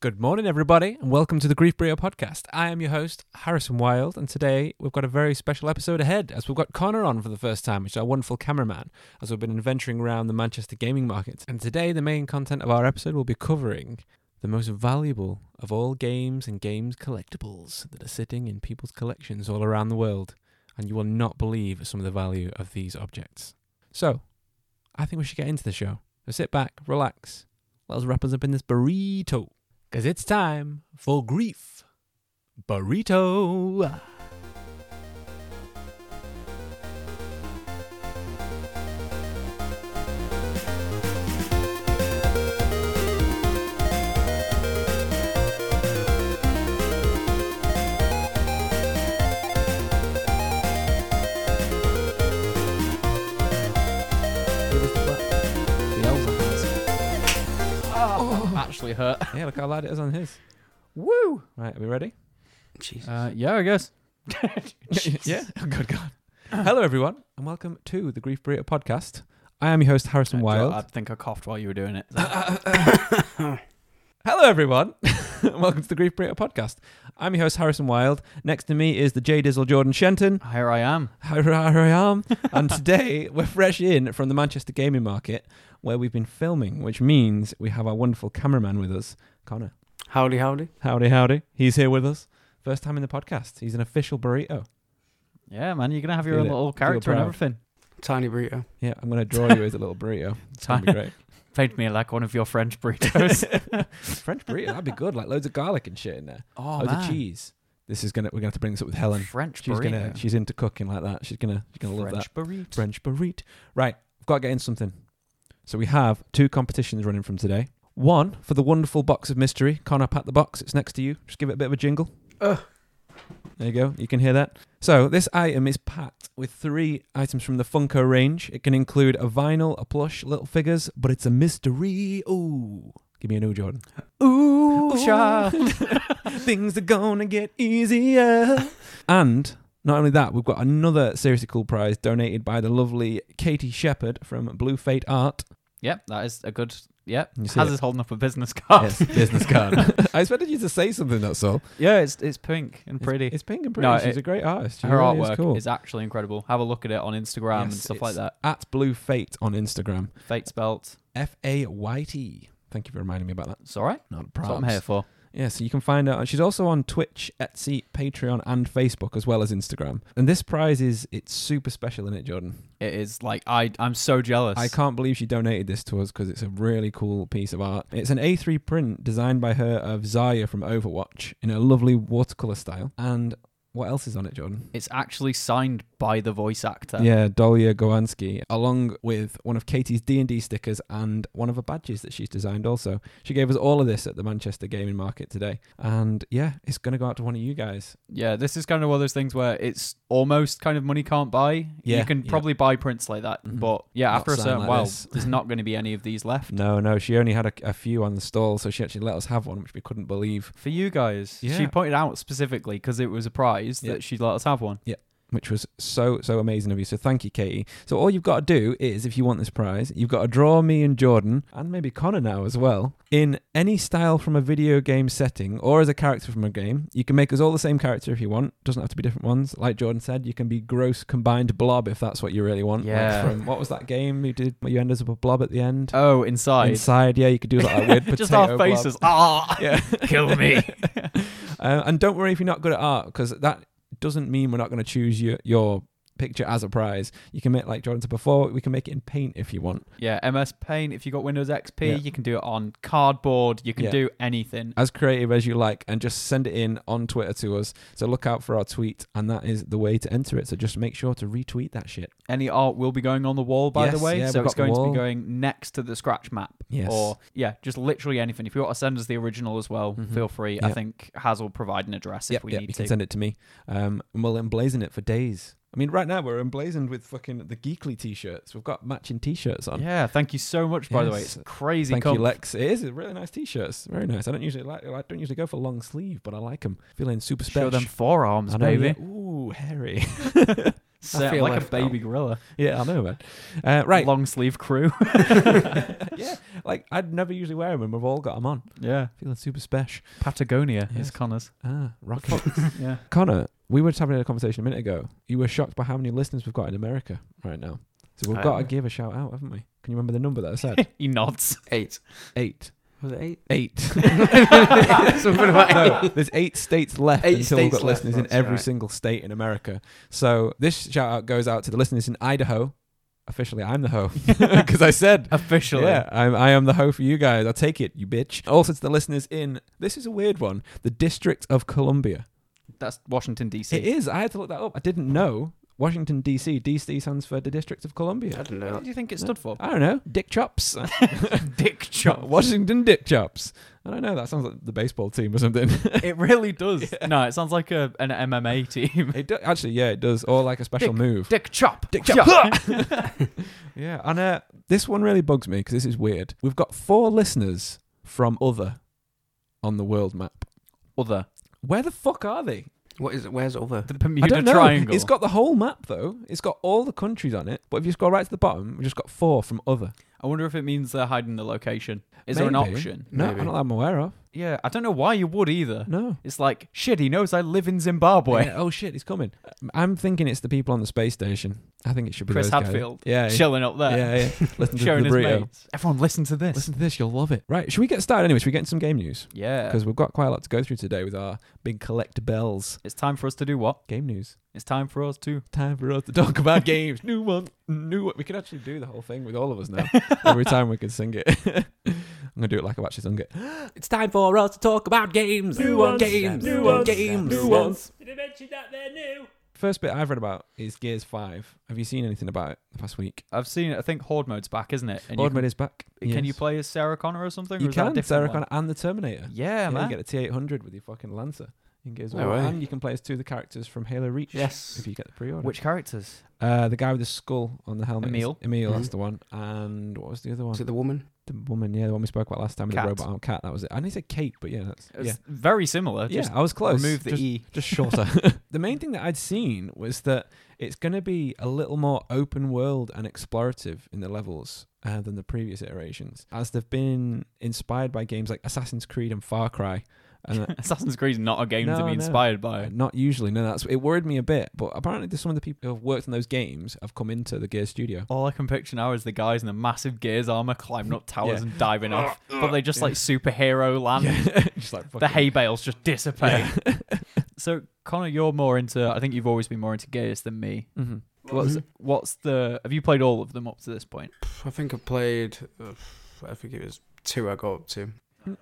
Good morning, everybody, and welcome to the Grief Brio podcast. I am your host, Harrison Wild, and today we've got a very special episode ahead as we've got Connor on for the first time, which is our wonderful cameraman, as we've been adventuring around the Manchester gaming market. And today, the main content of our episode will be covering the most valuable of all games and games collectibles that are sitting in people's collections all around the world. And you will not believe some of the value of these objects. So, I think we should get into the show. So sit back, relax, let us wrap us up in this burrito. Because it's time for Grief Burrito. Oh. actually hurt. Yeah, look how loud it is on his. Woo! Right, are we ready? Jesus. Uh, yeah, I guess. yeah. Oh, good God. Hello, everyone, and welcome to the Grief Burrito podcast. I am your host, Harrison Wild. I think I coughed while you were doing it. Hello, everyone. and welcome to the Grief Burrito podcast. I'm your host, Harrison Wild. Next to me is the J Dizzle Jordan Shenton. Here I am. Hi, hi, hi, I am. and today we're fresh in from the Manchester gaming market where we've been filming, which means we have our wonderful cameraman with us, Connor. howdy, howdy. Howdy, howdy. He's here with us. First time in the podcast. He's an official burrito. Yeah, man, you're gonna have your Feel own it. little Feel character and proud. everything. Tiny burrito. Yeah, I'm going to draw you as a little burrito. It's going to be great. Paint me like one of your French burritos. French burrito, that'd be good. Like loads of garlic and shit in there. oh, loads of cheese. This is gonna. We're gonna have to bring this up with Helen. French She's burrito. gonna. She's into cooking like that. She's gonna. She's gonna love that. French burrito. French burrito. Right, I've got to get in something. So we have two competitions running from today. One for the wonderful box of mystery. Connor, pat the box. It's next to you. Just give it a bit of a jingle. Ugh. There you go. You can hear that. So this item is packed with three items from the Funko range. It can include a vinyl, a plush, little figures, but it's a mystery. Ooh. Give me a new Jordan. Ooh, child. Things are gonna get easier. and not only that, we've got another seriously cool prize donated by the lovely Katie Shepherd from Blue Fate Art. Yep, that is a good. Yep. You see Has it? is holding up a business card. business card. I expected you to say something. That's all. yeah, it's it's pink and It's- pretty. It's, pink and pretty. No, She's it- a great artist. She Her really artwork is is, cool. actually incredible. Have a look at it on Instagram and Yes, stuff like that. At Blue Fate on Instagram. Fate's belt. F A Y T. Thank you for reminding me about that. It's all right. Not a That's what problem. I'm here for. Yeah, so you can find out. She's also on Twitch, Etsy, Patreon, and Facebook, as well as Instagram. And this prize is it's super special, isn't it, Jordan? It is like I I'm so jealous. I can't believe she donated this to us because it's a really cool piece of art. It's an A3 print designed by her of Zaya from Overwatch in a lovely watercolor style. And what else is on it, Jordan? It's actually signed by the voice actor. Yeah, Dahlia Gowanski, along with one of Katie's D&D stickers and one of her badges that she's designed also. She gave us all of this at the Manchester Gaming Market today. And yeah, it's going to go out to one of you guys. Yeah, this is kind of one of those things where it's almost kind of money can't buy. Yeah, you can yeah. probably buy prints like that, Mhm. but yeah, Not after a signed certain like while, this. Mm. there's not going to be any of these left No, no, she only had a, a few on the stall, so she actually let us have one, which we couldn't believe, for you guys. Yeah. She pointed out specifically because it was a prize Yeah. that she'd let us have one. which was so, so amazing of you. So thank you, Katie. So all you've got to do is, if you want this prize, you've got to draw me and Jordan, and maybe Connor now as well, in any style from a video game setting or as a character from a game. You can make us all the same character if you want. Doesn't have to be different ones. Like Jordan said, you can be gross combined blob if that's what you really want. Like Yeah. from, what was that game you did? where You end as a blob at the end. Oh, inside. Inside, yeah, you could do like a weird potato Just our blob. faces. Ah, Yeah. kill me. Uh, and don't worry if you're not good at art, because that doesn't mean we're not going to choose your your picture as a prize. You can make like Jordan said before. We can make it in paint if you want. yeah, MS Paint. If you got Windows XP, Yeah. you can do it on cardboard. You can Yeah. do anything. As creative as you like, and just send it in on Twitter to us. So look out for our tweet, and that is the way to enter it. So just make sure to retweet that shit. Any art will be going on the wall, by Yes, the way. yeah, so we've it's got the going to wall. be going next to the scratch map. Yes. or yeah, just literally anything. If you want to send us the original as well, Mhm. feel free. I Yeah. think Haz will provide an address yep, if we yep, need you to. can send it to me. Um, and we'll emblazon it for days. I mean, right now we're emblazoned with fucking the Geekly t-shirts. We've got matching t-shirts on. yeah, thank you so much. By the way, Yes. it's crazy. Thank comp. you, Lex. It is a really nice t-shirt. It's Very nice. I don't usually like. I don't usually go for long sleeve, but I like them. Feeling super Show special. them forearms, I know, baby. yeah. Ooh, hairy. Set feel like a left out. baby gorilla. Yeah, I know, man. Uh, right. Long sleeve crew. yeah, like I'd never usually wear them, and we've all got them on. yeah. Feeling super special. Patagonia Yes. is Connor's. Ah, rocket. Yeah. Connor, we were just having a conversation a minute ago. You were shocked by how many listeners we've got in America right now. So we've I got am. to give a shout out, haven't we? Can you remember the number that I said? he nods. Eight. eight. Was it eight? Eight. Something about no, eight. there's eight states left Eight until we've states got left, listeners in that's every right. single state in America. So this shout out goes out to the listeners in Idaho. Officially, I'm the ho because I said Officially. Yeah, I'm, I am the hoe for you guys. I'll take it, you bitch. Also to the listeners in, this is a weird one, the District of Columbia. That's Washington, D.C. It is. I had to look that up. I didn't know. Washington, D.C. D.C. stands for the District of I Columbia. What don't know. do you think it stood for? I don't know. Dick Chops. Dick chop. Washington Dick Chops. I don't know. That sounds like the baseball team or something. It really does. No, it sounds like a, an MMA team. it do- actually, yeah, it does. Or like a special Dick- move. Dick chop. Dick Chop. yeah, and uh, this one really bugs me because this is weird. We've got four listeners from other on the world map. Other. Where the fuck are they? What is it? Where's over? The I Bermuda don't know. Triangle. It's got the whole map though. It's got all the countries on it. But if you scroll right to the bottom, we've just got four from other. I wonder if it means they're hiding the location. Is there an Maybe. option? No, Maybe. not that I'm aware of. Yeah, I don't know why you would either. No. It's like, shit, he knows I live in Zimbabwe. Yeah, oh shit, he's coming. I'm thinking it's the people on the space station. I think it should be Chris those guys. Hadfield. Yeah, yeah, Chilling up there. yeah, yeah. Listen to Showing the his burrito. mates. Everyone listen to this. Listen to this, you'll love it. Right, should we get started anyway? Should we get into some game news? Yeah. Because we've got quite a lot to go through today with our big collect bells It's time for us to do what? game news. It's time for us to. Time for us to talk about games. New one, new one. We could actually do the whole thing with all of us now. Every time we could sing it. I'm gonna do it like I've actually sung it. It's time for us to talk about games. New ones, Games. new ones, Games. new ones. Did I mention that they're new? First bit I've read about is Gears 5. Have you seen anything about it the past week? I've seen. I think Horde mode's back, isn't it? And you Board mode is back. can, can you Yes. play as Sarah Connor or something? You or is that a can, different Sarah one? Connor and the Terminator. Yeah, you man. get a T800 with your fucking Lancer. You can get as No well. way. and you can play as two of the characters from Halo Reach. Yes. If you get the pre-order. Which characters? Uh, the guy with the skull on the helmet. is- Emil. Emil, Mhm. that's the one. And what was the other one? Is it the woman? the woman, yeah, the one we spoke about last time with Cat. the robot arm cat. That was it. I need to say Kate, but yeah, that's It's yeah. Very similar. Yeah, Just I was close. remove the just, E. just shorter. the main thing that I'd seen was that it's going to be a little more open world and explorative in the levels uh, than the previous iterations, as they've been inspired by games like Assassin's Creed and Far Cry. And uh, Assassin's Creed is not a game to No, be no. inspired by. not usually, no. That's it worried me a bit, but apparently, there's some of the people who've worked on those games have come into the Gear Studio. All I can picture now is the guys in the massive gears armor climbing up towers Yeah. and diving off, but they just like superhero land. Uh, Yeah, just like The fucking- hay bales just dissipate. so Connor, you're more into. I think you've always been more into gears than me. Mhm. What's Mhm. what's the? Have you played all of them up to this point? I think I played. Uh, I think it was two I got up to.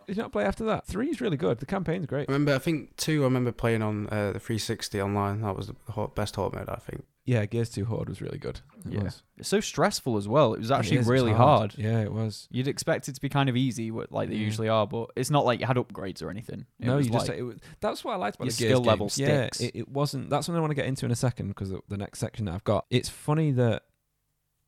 Did you not play after that? Three's really good. The campaign's great. I remember. I think two. I remember playing on uh, the 360 online. That was the hot, best hot mode. I think. Yeah, Gears 2 Horde was really good. It Yeah. was. It's so stressful as well. It was It actually is, it's really hard. Yeah, it was. You'd expect it to be kind of easy, wh- like they Yeah. usually are, but it's not like you had upgrades or anything. It no, was you just like- it was, that's what I liked about Your the Gears skill level games. Yeah, sticks. it, it wasn't. That's what I want to get into in a second because the, the next section that I've got. It's funny that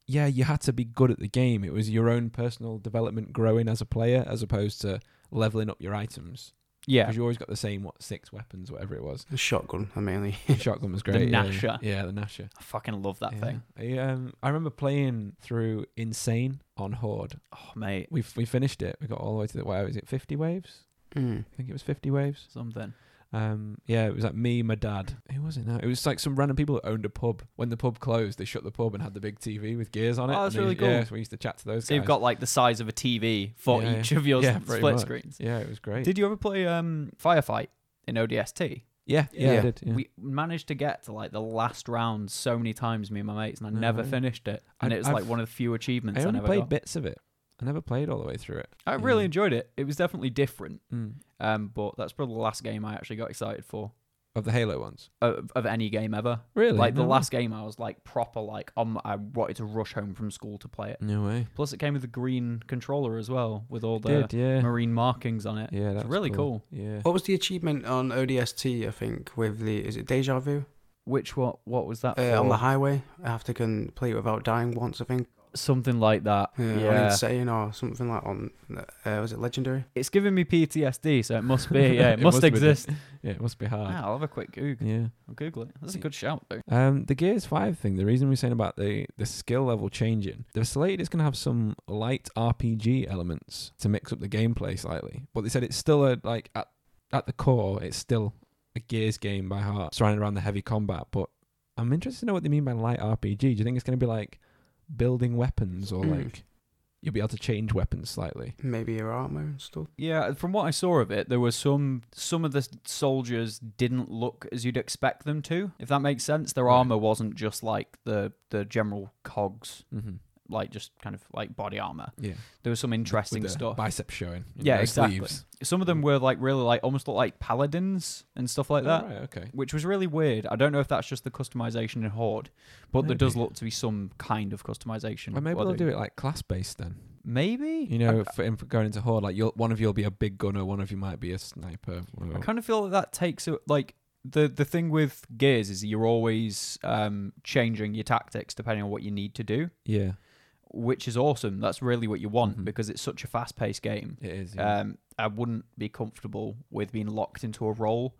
yeah, you had to be good at the game. It was your own personal development growing as a player, as opposed to leveling up your items yeah, because you always got the same what six weapons, whatever it was. The shotgun. I mainly. Shotgun was great. yeah, Nasher. Yeah, the Nasher. I fucking love that yeah. thing. I, um, I remember playing through Insane on Horde. Oh mate, We we finished it. We got all the way to the wow. Is it fifty waves? Mm. I think it was fifty waves. something. Um, yeah, it was like me, my dad. Who was it now? It was like some random people that owned a pub. When the pub closed, they shut the pub and had the big TV with gears on it. Oh, that's And they- really cool. Yeah, so we used to chat to those So guys. you've got like the size of a TV for Yeah, each of your Yeah, s- pretty split much. screens. yeah, it was great. Did you ever play um, Firefight in ODST? yeah, yeah, I Yeah. did. yeah. We managed to get to like the last round so many times, me and my mates, and I No never way. finished it. And I- it was I've- like one of the few achievements I I, only never played Mm. got. bits of it. I never played all the way through it. I yeah. really enjoyed it. It was definitely different, Mm. um, but that's probably the last game I actually got excited for Of the Halo ones, of, of any game ever. really? Like the No last game, I was like proper like um, I wanted to rush home from school to play it. Way. No way. Plus, it came with a green controller as well, with all the did yeah, marine markings on it. yeah, it's that's really cool. Yeah. What was the achievement on ODST? I think with the is it Deja Vu Which what what was that? uh, for? on the highway. I have to can play it without dying once. I think. Something like that. Yeah, Yeah. On Insane or something like on. Uh, was it Legendary? It's giving me PTSD, so it must be. Yeah, it, It must must, be the- exist. Yeah, it must be hard. Ah, I'll have a quick Google. Yeah. I'll Google it. That's a good shout, though. Um, the Gears 5 thing, the reason we're saying about the, the skill level changing, they're slated it's going to have some light RPG elements to mix up the gameplay slightly. But they said it's still a, like, at, at the core, it's still a Gears game by heart, surrounded around the heavy combat. But I'm interested to know what they mean by light RPG. Do you think it's going to be like building weapons Hmm. or Mm. like you'll be able to change weapons slightly? Maybe your armor and stuff. Yeah, from what I saw of it, there were some some of the soldiers didn't look as you'd expect them to. If that makes sense, their Right. armor wasn't just like the the general cogs, Mm-hmm. like just kind of like body armor. Yeah. There was some interesting With the stuff. Biceps showing. you know, yeah, no exactly. sleeves. Mm. Some of them were like really like almost looked like paladins and stuff like that, Oh, right, okay. which was really weird. I don't know if that's just the customization in Horde, but there does Maybe. look to be some kind of customization. Well, maybe Well, they'll they- do it like class based then. Hmm. Maybe You know, for in- for going into horde, like you'll, one of you'll be a big gunner, one of you might be a sniper. one I of- kind of feel that that takes a, like the the thing with gears is you're always um, changing your tactics depending on what you need to do, yeah, which is awesome. That's really what you want Mhm. because it's such a fast paced game. it is. Yeah. Um, I wouldn't be comfortable with being locked into a role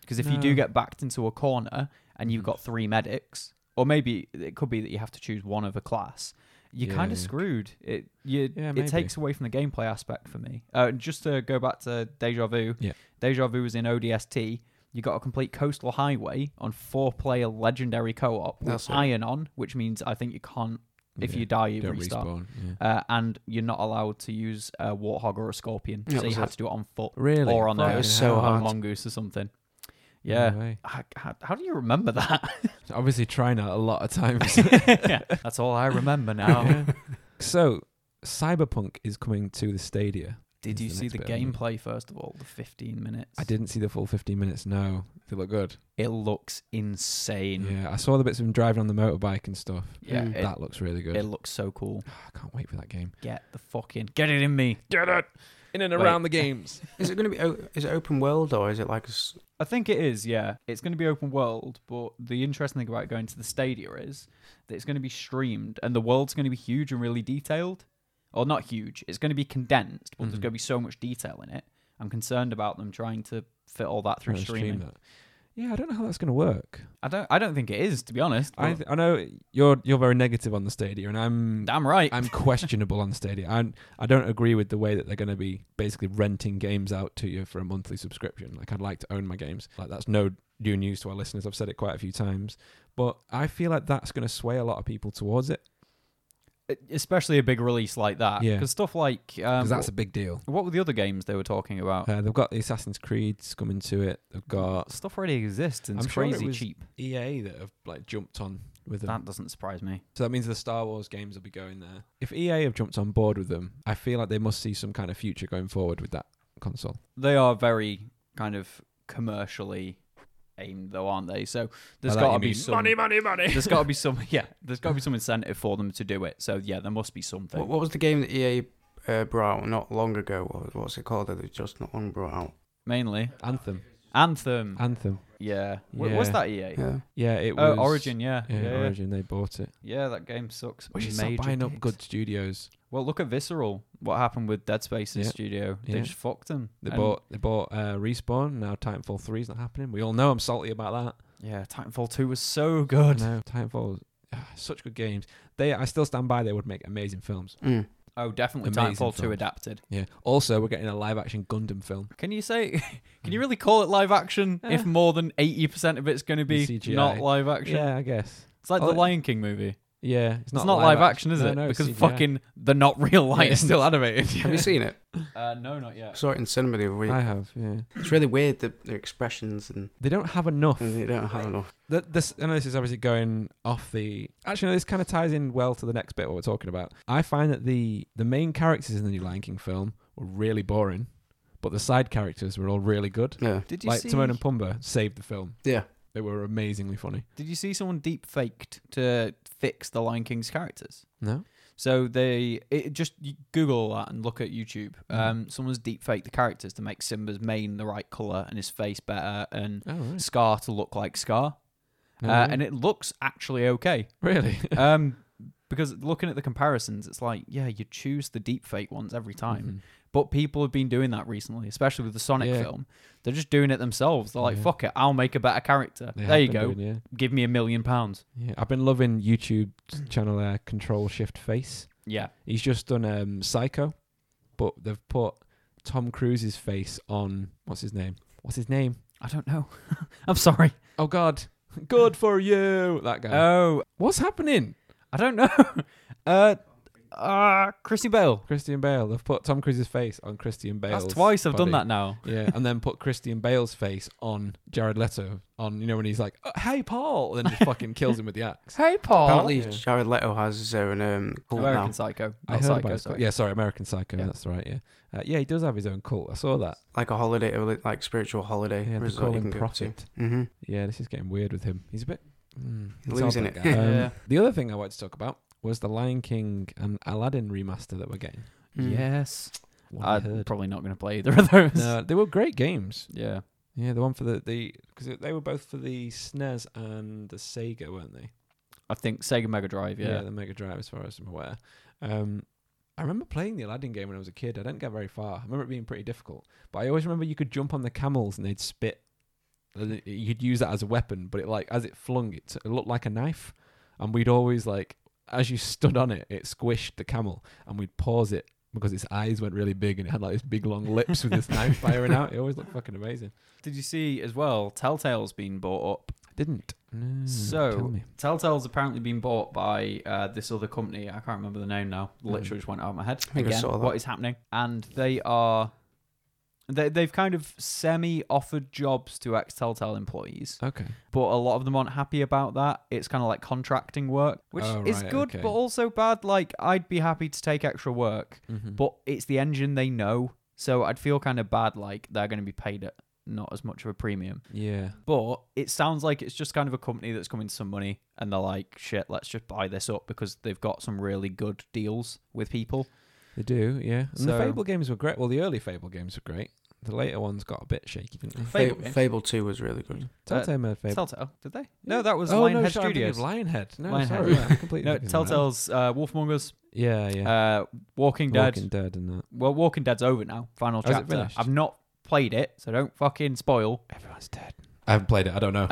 because if you do No. get backed into a corner and you've Mhm. got three medics, or maybe it could be that you have to choose one of a class. You're kind Yeah. of screwed. It you, Yeah, it maybe. takes away from the gameplay aspect for me. Uh, just to go back to Deja Vu, Yeah. Deja Vu was in ODST. You got a complete coastal highway on four-player legendary co-op with That's it. iron on, which means I think you can't. If Yeah, you die, you don't restart respawn. yeah. uh, and you're not allowed to use a warthog or a scorpion, Yeah, so you was had it- to do it on foot Really? or on Fucking a, It was so on a hard. mongoose or something. Yeah. No way. How, how- how do you remember that? So Obviously, trying out a lot of times. That's all I remember now. Yeah. So, Cyberpunk is coming to the Stadia. Did It's you the see next the bit, isn't it? gameplay first of all? The 15 minutes. I didn't see the full 15 minutes. No, they look good. It looks insane. Yeah, I saw the bits of him driving on the motorbike and stuff. Yeah. Mm. that looks really it, good. Ah, it looks so cool. I can't wait for that game. Get the fucking get it in me. Get it in and Wait. around the games. Is it going to be? o- Is it open world or is it like? A, s- I think it is, yeah. It's going to be open world, but the interesting thing about going to the Stadia is that it's going to be streamed and the world's going to be huge and really detailed. Or not huge, it's going to be condensed, but there's Mhm. going to be so much detail in it. I'm concerned about them trying to fit all that through Trying to stream streaming. that. Yeah, I don't know how that's going to work. I don't I don't think it is, to be honest. I, but th- I know you're you're very negative on the Stadia, and I'm damn right. I'm questionable on the Stadia. I I don't agree with the way that they're going to be basically renting games out to you for a monthly subscription. Like I'd like to own my games. Like that's no new news to our listeners. I've said it quite a few times, but I feel like that's going to sway a lot of people towards it E, Especially a big release like that. Yeah. Because stuff like um, because that's a big deal. what were the other games they were talking about? Uh, they've got the Assassin's Creeds coming to it. They've got Stuff already exists and I'm it's sure it crazy was cheap. EA that have like jumped on with them. That doesn't surprise me. So that means the Star Wars games will be going there. If EA have jumped on board with them, I feel like they must see some kind of future going forward with that console. they are very kind of commercially aimed though aren't they so there's that got to you be mean some money, money. there's got to be some yeah there's got to be some incentive for them to do it so yeah there must be something what, what was the game that EA uh, brought out not long ago? What, what's it called? That they just not long brought out. mainly Anthem. anthem Anthem. yeah, What was Ah, Yeah. that ea Yeah. Yeah, it oh was. origin yeah yeah, Yeah, yeah. Origin. They bought it. Yeah, that game sucks Which is Major buying up dicks. good studios. well look at visceral what happened with dead space's Yeah. studio they Yeah. just fucked them They bought. They bought uh, Respawn. Now Titanfall three is not happening. We all know I'm salty about yeah titanfall 2 was so that. good I know Titanfall. ah, Such good games. They, I still stand by. They would make amazing films. Mm. oh definitely Amazing titanfall 2 films. adapted Yeah. Also, we're getting a live-action Gundam film. Can you say? Can Hmm. you really call it live action Yeah. if more than eighty percent of it's going to be CGI. not live action? Yeah, I guess. It's like Oh, the it- Lion King movie. Yeah, it's It's not, not, live action, is No, it? no, because CGI. fucking the not real light Yeah. is still animated. Have you seen it? uh, no, not I yet. saw it in cinema the other week. I have. Yeah. It's really weird the, the expressions and, They don't have enough. and they don't have enough. Th this, I know this is obviously going off the. Actually, no, this kind of ties in well to the next bit what we're talking about. I find that the the main characters in the new Lion King film were really boring, but the side characters were all really good. Yeah. Did you Like see? Timon and Pumbaa saved the film. Yeah. They were amazingly funny. Did you see someone deep faked to fix the Lion King's characters? No, So they it just you Google that and look at YouTube. Hmm. Um, someone's deep faked the characters to make Simba's mane the right color and his face better and oh right, Scar to look like Scar, No, uh, really? and it looks actually okay. really, um, because looking at the comparisons, it's like yeah, you choose the deep fake ones every time. But people have been doing that recently, especially with the Sonic Mm-hmm. Yeah. film. They're just doing it themselves. They're like, Yeah. fuck it, I'll make a better character. They there have you been go. doing, yeah. Give me a million pounds. yeah, I've been loving YouTube channel uh, Control Shift Face. Yeah. He's just done um, Psycho, but they've put Tom Cruise's face on what's his name? What's his name? I don't know. I'm sorry. Oh God, good for you, that guy. Oh, what's happening? I don't know. uh, uh, Chrissy Bale. Christian Bale. They've put Tom Cruise's face on Christian Bale. That's twice I've done that now. Yeah, and then put Christian Bale's face on Jared Leto on you know when he's like, "Oh, "Hey Paul," and then just fucking kills him with the axe. Hey, Paul. Apparently, Oh, yeah. Jared Leto has his own um, cult American now. Psycho. I Not heard Psycho, about his cult. sorry. Yeah, sorry, American Psycho. Yeah. That's right. Yeah, uh, yeah, he does have his own cult. I saw that. Like a holiday, a li- like spiritual holiday. Yeah, they resort call you him can go to. Prophet. hmm Yeah, this is getting weird with him. He's a bit mm, He's it's odd, losing that it. guy. Um, Yeah. The other thing I wanted to talk about was the Lion King and Aladdin remaster that we're getting. Mm. Yes. What I I'm heard. probably not going to play either of those. No, they were great games. Yeah. Yeah, the one for the the because they were both for the SNES and the Sega, weren't they? I think Sega Mega Drive, yeah. the Mega Drive, as far as I'm aware. Um, I remember playing the Aladdin game when I was a kid. I didn't get very far. I remember it being pretty difficult, but I always remember you could jump on the camels and they'd spit. And it- You could use that as a weapon, but it like as it flung, it, it looked like a knife, and we'd always like as you stood on it, it squished the camel, and we'd pause it because its eyes went really big and it had like this big long lips with this knife firing out. It always looked fucking amazing. Did you see as well, Telltale's been bought up. Didn't No, So- Mm, tell me. Telltale's apparently been bought by uh, this other company. I can't remember the name now. Literally just went out of my head. think Hmm. I Again, saw that. what is happening? And they are. They, they've kind of semi offered jobs to ex Telltale employees, Oh. okay, but a lot of them aren't happy about that. It's kind of like contracting work, which Oh, is right, good, okay. but also bad. Like, I'd be happy to take extra work, Mhm. but it's the engine they know. So I'd feel kind of bad, like, they're going to be paid at not as much of a premium. yeah, But it sounds like it's just kind of a company that's coming to some money and they're like, shit, let's just buy this up because they've got some really good deals with people. They do, yeah. And the So- Fable games were great. Well, the early Fable games were great. The later ones got a bit shaky, didn't they? Fable Fable, games. Fable Two was really good. Telltale made Fable. Uh, Telltale, did they? No, that was oh, Lionhead no, sorry, I'm thinking Studios. of Lionhead. No, Lionhead, sorry, yeah. I'm completely no, thinking of Telltale's uh, Wolf Among Us, Lionhead. Yeah, yeah. uh, Walking Dead. Walking Dead and that. Well, Walking Dead's over now, final Oh, is it chapter. finished? I've not played it, so don't fucking spoil. Everyone's dead. I haven't played it. I don't know.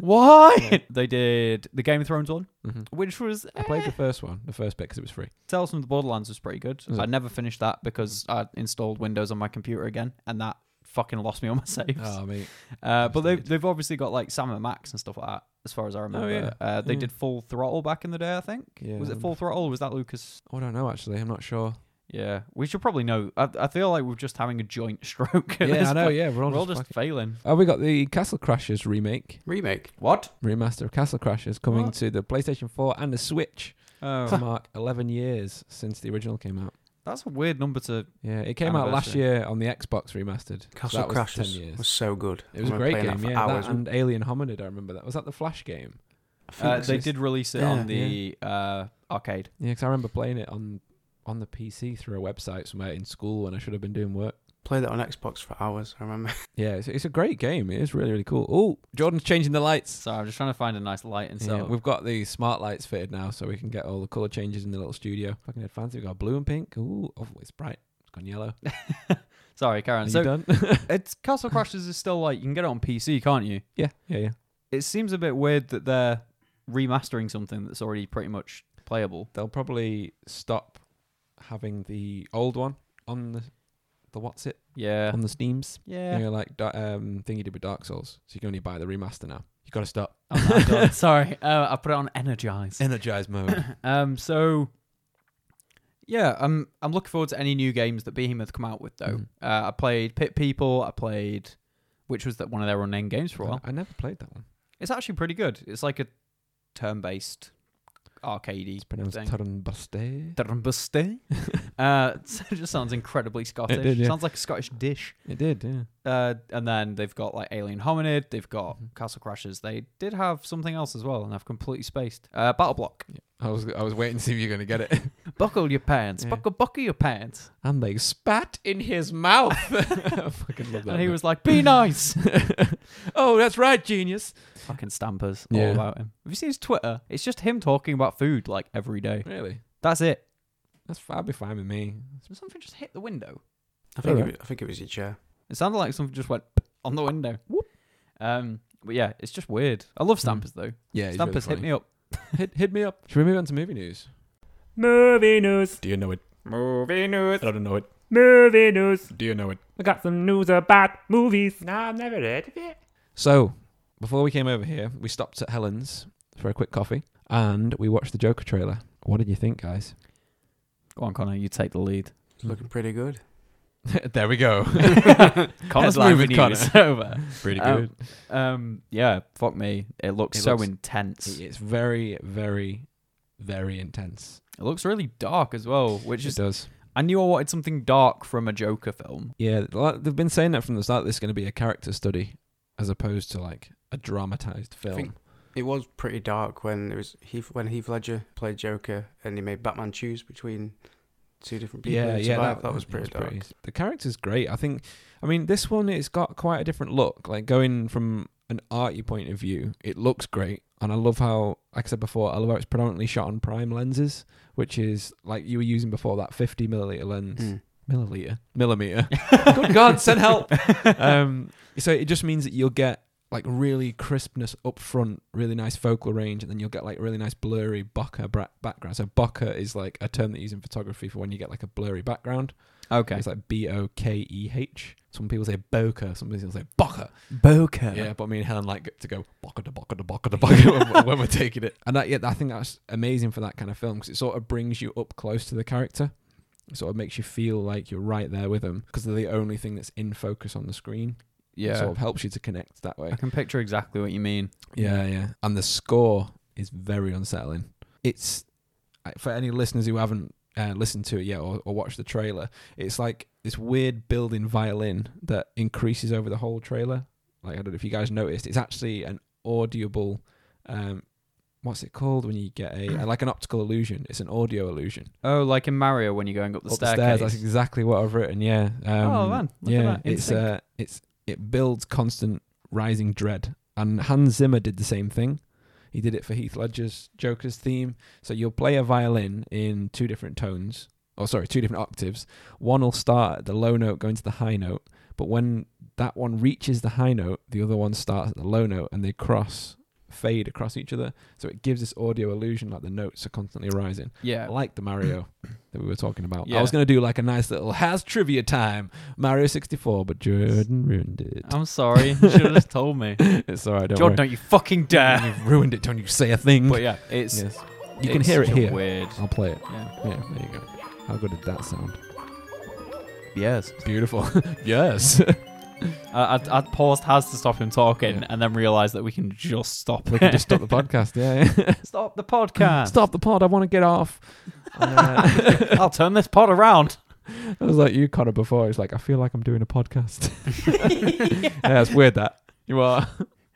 Why? they did the Game of Thrones one, Mhm. which was. I played the first one, the first bit, because it was free. Tales from the Borderlands was pretty good. Was it? I never finished that because I installed Windows on my computer again, and that fucking lost me all my saves. Oh, mate. uh, but they've, indeed. they've obviously got like Sam and Max and stuff like that, as far as I remember. Oh, yeah. uh, they Yeah. did Full Throttle back in the day, I think. Yeah, was I it Full Throttle or was that Lucas? Oh, I don't know, actually. I'm not sure. Yeah, we should probably know. I, I feel like we're just having a joint stroke. at yeah, this I know. point. Yeah, we're all We're all just. just fucking- failing. Oh, we got the Castle Crashers remake, Remake. What? remaster of Castle Crashers, coming What? to the PlayStation 4 and the Switch to Oh, mark 11 years since the original came out. that's a weird number to. Yeah, it came out last Anniversary. year on the Xbox remastered. So Castle that was Crashers 10 years. was so good. It was I a remember great playing game, that for yeah. hours. That and Alien Hominid, I remember that. Was that the Flash game? I think Uh, it's they just- did release it Yeah. on the uh, arcade. Yeah, 'cause I remember playing it on on the PC through a website somewhere in school when I should have been doing work. play that on Xbox for hours. I remember. Yeah, it's, it's a great game. It is really, really cool. Oh, Jordan's changing the lights. So I'm just trying to find a nice light and So so we've got the smart lights fitted now, so we can get all the color changes in the little studio. Fucking had fancy. We've got blue and pink. Ooh, oh, it's bright. It's gone yellow. Sorry, Karen. Are So you done? it's Castle Crashers is still like you can get it on PC, can't you? yeah, yeah, yeah. It seems a bit weird that they're remastering something that's already pretty much playable. They'll probably stop having the old one on the the what's it Yeah. on the Steams. Yeah. You know, like da- um, thing you did with Dark Souls. So you can only buy the remaster now. You got to stop. Oh, no, God. Sorry. Uh, I put it on energize. Energize mode. Um so yeah, I'm I'm looking forward to any new games that Behemoth come out with though. Mhm. Uh, I played Pit People, I played which was that one of their unnamed games for a while. I never played that one. It's actually pretty good. It's like a turn-based arcadey It's pronounced Thing. Turumbuste. Drumbuster. uh, so it just sounds incredibly Scottish. did, yeah. Sounds like a Scottish dish. It did, yeah. Uh, and then they've got like Alien Hominid. They've got Mhm. Castle Crashers. They did have something else as well, and I've completely spaced. Uh, Battle Block. I was I was waiting to see if you're gonna get it. Buckle your pants. Yeah. Buckle, buckle your pants. and they spat in his mouth. I fucking love that. and he bit. was like, "Be nice." oh, that's right, genius. Fucking stampers Yeah. all about him. Have you seen his Twitter? It's just him talking about food like every day. Really? That's it. That's that'd be fine with me. Something just hit the window. I think, Alright. it, was, I think it was your chair. It sounded like something just went on the window. Um, but yeah, it's just weird. I love Hmm. stampers though. Yeah, Stampers hit me up. hit, hit me up. Should we move on to movie news? Movie news, Do you know it? movie news, I don't know it. movie news. Do you know it? I got some news about movies. Nah, I've never heard of it. So, before we came over here, we stopped at Helen's for a quick coffee and we watched the Joker trailer. What did you think, guys? Go on, Connor. You take the lead. It's looking pretty good. there we go. Connor's Headline moving with news over. Pretty Um, Um, yeah, fuck me. It looks It so looks- intense. It's very, very, very intense. It looks really dark as well, which is it does. I knew I wanted something dark from a Joker film. Yeah, like, they've been saying that from the start. This is going to be a character study as opposed to like a dramatized film. think- It was pretty dark when it was Heath, when Heath Ledger played Joker and he made Batman choose between two different people. yeah, and yeah, survived. that was pretty dark. the character's great. I think. I mean, this one it's got quite a different look. Like going from an arty point of view, it looks great, and I love how, like I said before, I love how it's predominantly shot on prime lenses, which is like you were using before that fifty milliliter lens. Mm. milliliter, millimeter. Good God, send help. Um, so it just means that you'll get like really crispness up front, really nice vocal range, and then you'll get like really nice blurry bokeh bra- background. So bokeh is like a term that you use in photography for when you get like a blurry background. Okay. It's like B O K E H. Some people say bokeh, some people say bokeh. Boker. Yeah, but me and Helen like to go bokeh to bokeh to bokeh to bokeh when, when we're taking it. And that, yeah, I think that's amazing for that kind of film because it sort of brings you up close to the character. It sort of makes you feel like you're right there with them because they're the only thing that's in focus on the screen. It Yeah. sort of helps you to connect that way. I can picture exactly what you mean. Yeah, yeah. And the score is very unsettling. It's I- for any listeners who haven't uh, listened to it yet or, or watched the trailer. It's like this weird building violin that increases over the whole trailer. Like I don't know if you guys noticed, it's actually an audible. Um, what's it called when you get a like an optical illusion? It's an audio illusion. Oh, like in Mario when you're going up the Up the staircase. stairs. That's exactly what I've written. Yeah. Um, Oh, man, look at yeah. that, in It's sync. uh, it's it builds constant rising dread, and Hans Zimmer did the same thing. He did it for Heath Ledger's Joker's theme. So you'll play a violin in two different tones, or sorry, two different octaves. One will start at the low note, going to the high note. But when that one reaches the high note, the other one starts at the low note, and they cross, fade across each other. So it gives this audio illusion like the notes are constantly rising. I yeah. like the Mario that we were talking about. I Yeah. was going to do like a nice little has trivia time Mario 64, but Jordan ruined it. I'm sorry. You should have just told me. it's all right. Don't Oh. Jordan, don't you fucking worry. dare. You've ruined it. Don't you say a thing. but yeah, it's Yes. You can it's hear it such a here. Weird. I'll play it. Yeah. Yeah, there you go. How good did that sound? Yes. Beautiful. yes. I, I, I paused has to stop him talking and then realized that we can just stop we can it. just stop the podcast. Yeah. stop the podcast. stop the pod. I want to get off. And, uh, I'll turn this pod around. I was like you, Connor, before. It's like, I feel like I'm doing a podcast. yeah, it's weird that. You are.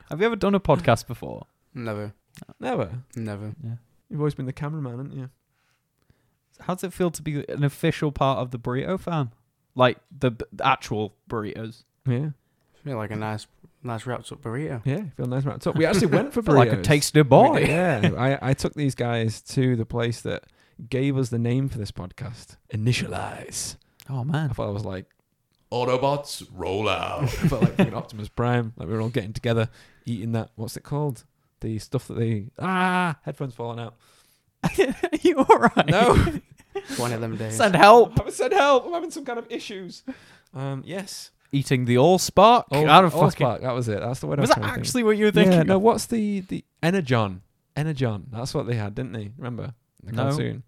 Have you ever done a podcast before? Never, Never. never. You've always been the cameraman, haven't you? How does it feel to be an official part of the burrito fam? Like the, b- the actual burritos. Yeah. I feel like a nice, nice wrapped up burrito. Yeah, feel nice wrapped up. We actually went for Feel burritos. like a tasty boy. Yeah, I, I took these guys to the place that gave us the name for this podcast, Initialize. Oh I man. thought I was like, Autobots, roll out. I felt like freaking Optimus Prime. Like we were all getting together, eating that, what's it called? The stuff that they, ah, headphones falling out. you alright? No, One of them days. Send help. I said help. I'm having some kind of issues. Um, yes. Eating the all spark. All- I don't all fucking. spark, That was it. That's the word I Was was that trying to think. actually what you were thinking? Yeah, no, what's the the Energon? Energon. That's what they had, didn't they? Remember? The No. cartoon.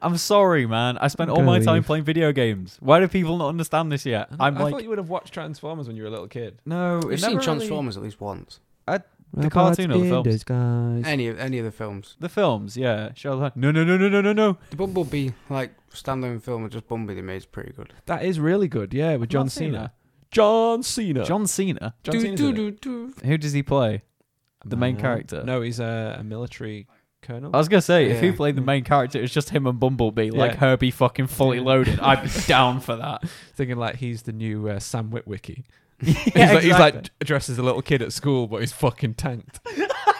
I'm sorry, man. I spent I'm all my gonna time leave. playing video games. Why do people not understand this yet? I'm I like, thought you would have watched Transformers when you were a little kid. no. We've seen Transformers at least once. The cartoon or the films? Any of any of the films. The films, yeah. Sherlock. No, no, no, no, no, no, no. The Bumblebee, like standalone film, with just Bumblebee they made is pretty good. That is really good, yeah, with I've John not seen Cena. John Cena. John Cena. John Cena's in it. Who does he play? the main No. character. No, he's a, a military colonel. I was gonna say, if he Yeah. played the main character, it's just him and Bumblebee, like Yeah. Herbie fucking fully Yeah. loaded. I'd be down for that. Thinking like he's the new uh, Sam Witwicky. he's, like, he's like dressed as a little kid at school, but he's fucking tanked.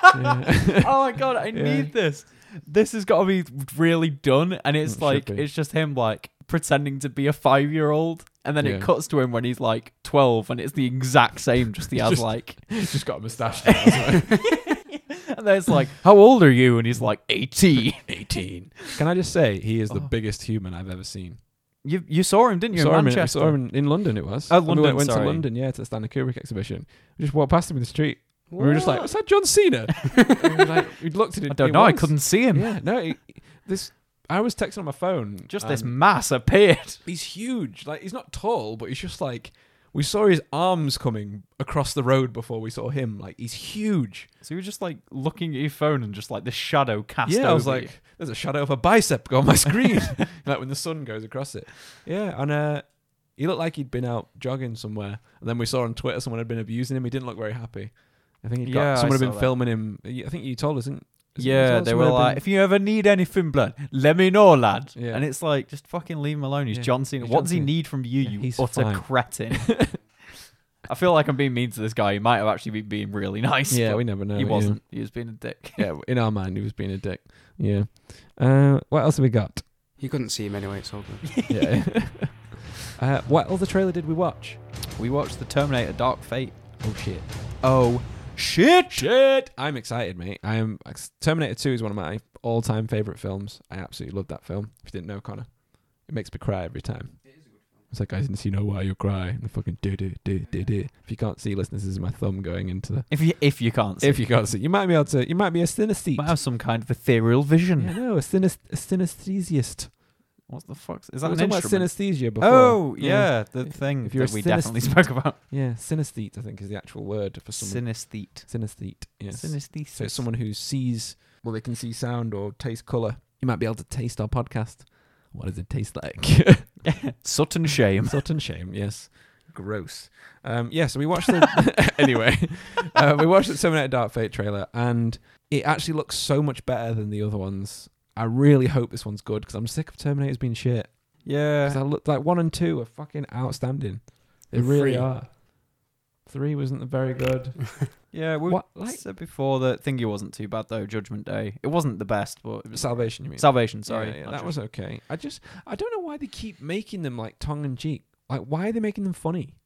Yeah. oh my god, I Yeah. need this. This has got to be really done, and it's It should like be. it's just him like pretending to be a five year old, and then Yeah. it cuts to him when he's like twelve, and it's the exact same. Just he has Just- like, he's just got a moustache. now, hasn't he? and then it's like, how old are you? And he's like eighteen. 18. Can I just say, he is the Oh. biggest human I've ever seen. You you saw him, didn't you? saw in him in, I Manchester. saw him in, in London, it was. Oh, When We London, went, went to sorry. London, yeah, to the Stanley Kubrick exhibition. We just walked past him in the street. We were just like, was that John Cena? And we were like, we looked at it. I don't it know. I was. couldn't see him. Yeah, no, he- this. I was texting on my phone. Just this and mass appeared. He's huge. Like he's not tall, but he's just like we saw his arms coming across the road before we saw him. Like he's huge. So you were just like looking at your phone, and just like the shadow cast. yeah, I was over you. like, there's a shadow of a bicep on my screen. like when the sun goes across it. Yeah, and uh, he looked like he'd been out jogging somewhere. And then we saw on Twitter someone had been abusing him. He didn't look very happy. I think he got Yeah, I someone had saw been that. filming him. I think you told us, didn't? isn't you Yeah, told us they someone had were been- like, if you ever need anything, blood, let me know, lad. Yeah. And it's like, just fucking leave him alone. He's Yeah, John Cena. he's what John does he Cena. need from you, Yeah, you he's utter fine. cretin? I feel like I'm being mean to this guy. He might have actually been being really nice. yeah, but we never know. he yeah. wasn't. He was being a dick. yeah, in our mind, he was being a dick. Yeah. Uh, what else have we got? You couldn't see him anyway. It's all good. Yeah. uh, what other trailer did we watch? We watched the Terminator Dark Fate. Oh shit! Oh, shit! Shit! I'm excited, mate. I am. Terminator Two is one of my all-time favorite films. I absolutely love that film. If you didn't know, Connor, it makes me cry every time. It's like I didn't see no why you cry. And the fucking do do do do do. If you can't see, listeners, this is my thumb going into the. If you if you can't see, If you can't see, you might be able to. You might be a synesthete. might have some kind of ethereal vision. Yeah, no, a, synes- a synesthesiast. What the fuck? Is We that were an talking about instrument? synesthesia before. Mm. Oh yeah, the If- thing if you're that we a definitely spoke about. Yeah, synesthete, I think, is the actual word for someone. Synesthete. synesthete, yes. Synesthesis. so it's someone who sees, well, they can see sound or taste colour. You might be able to taste our podcast. What does it taste like? Sutton shame. Salt and shame, yes. Gross. Um, yeah, so we watched the... anyway, uh, we watched the Terminator Dark Fate trailer, and it actually looks so much better than the other ones. I really hope this one's good, because I'm sick of Terminators being shit. Because Yeah. I look like one and two are fucking outstanding. They And really three. are. Three wasn't very good. Yeah, we What, like- said before that thingy wasn't too bad though. Judgment Day, it wasn't the best, but it was Salvation, you mean? Salvation. Sorry, Yeah, yeah, not that Judgment. was okay. I just I don't know why they keep making them like tongue in cheek. Like why are they making them funny?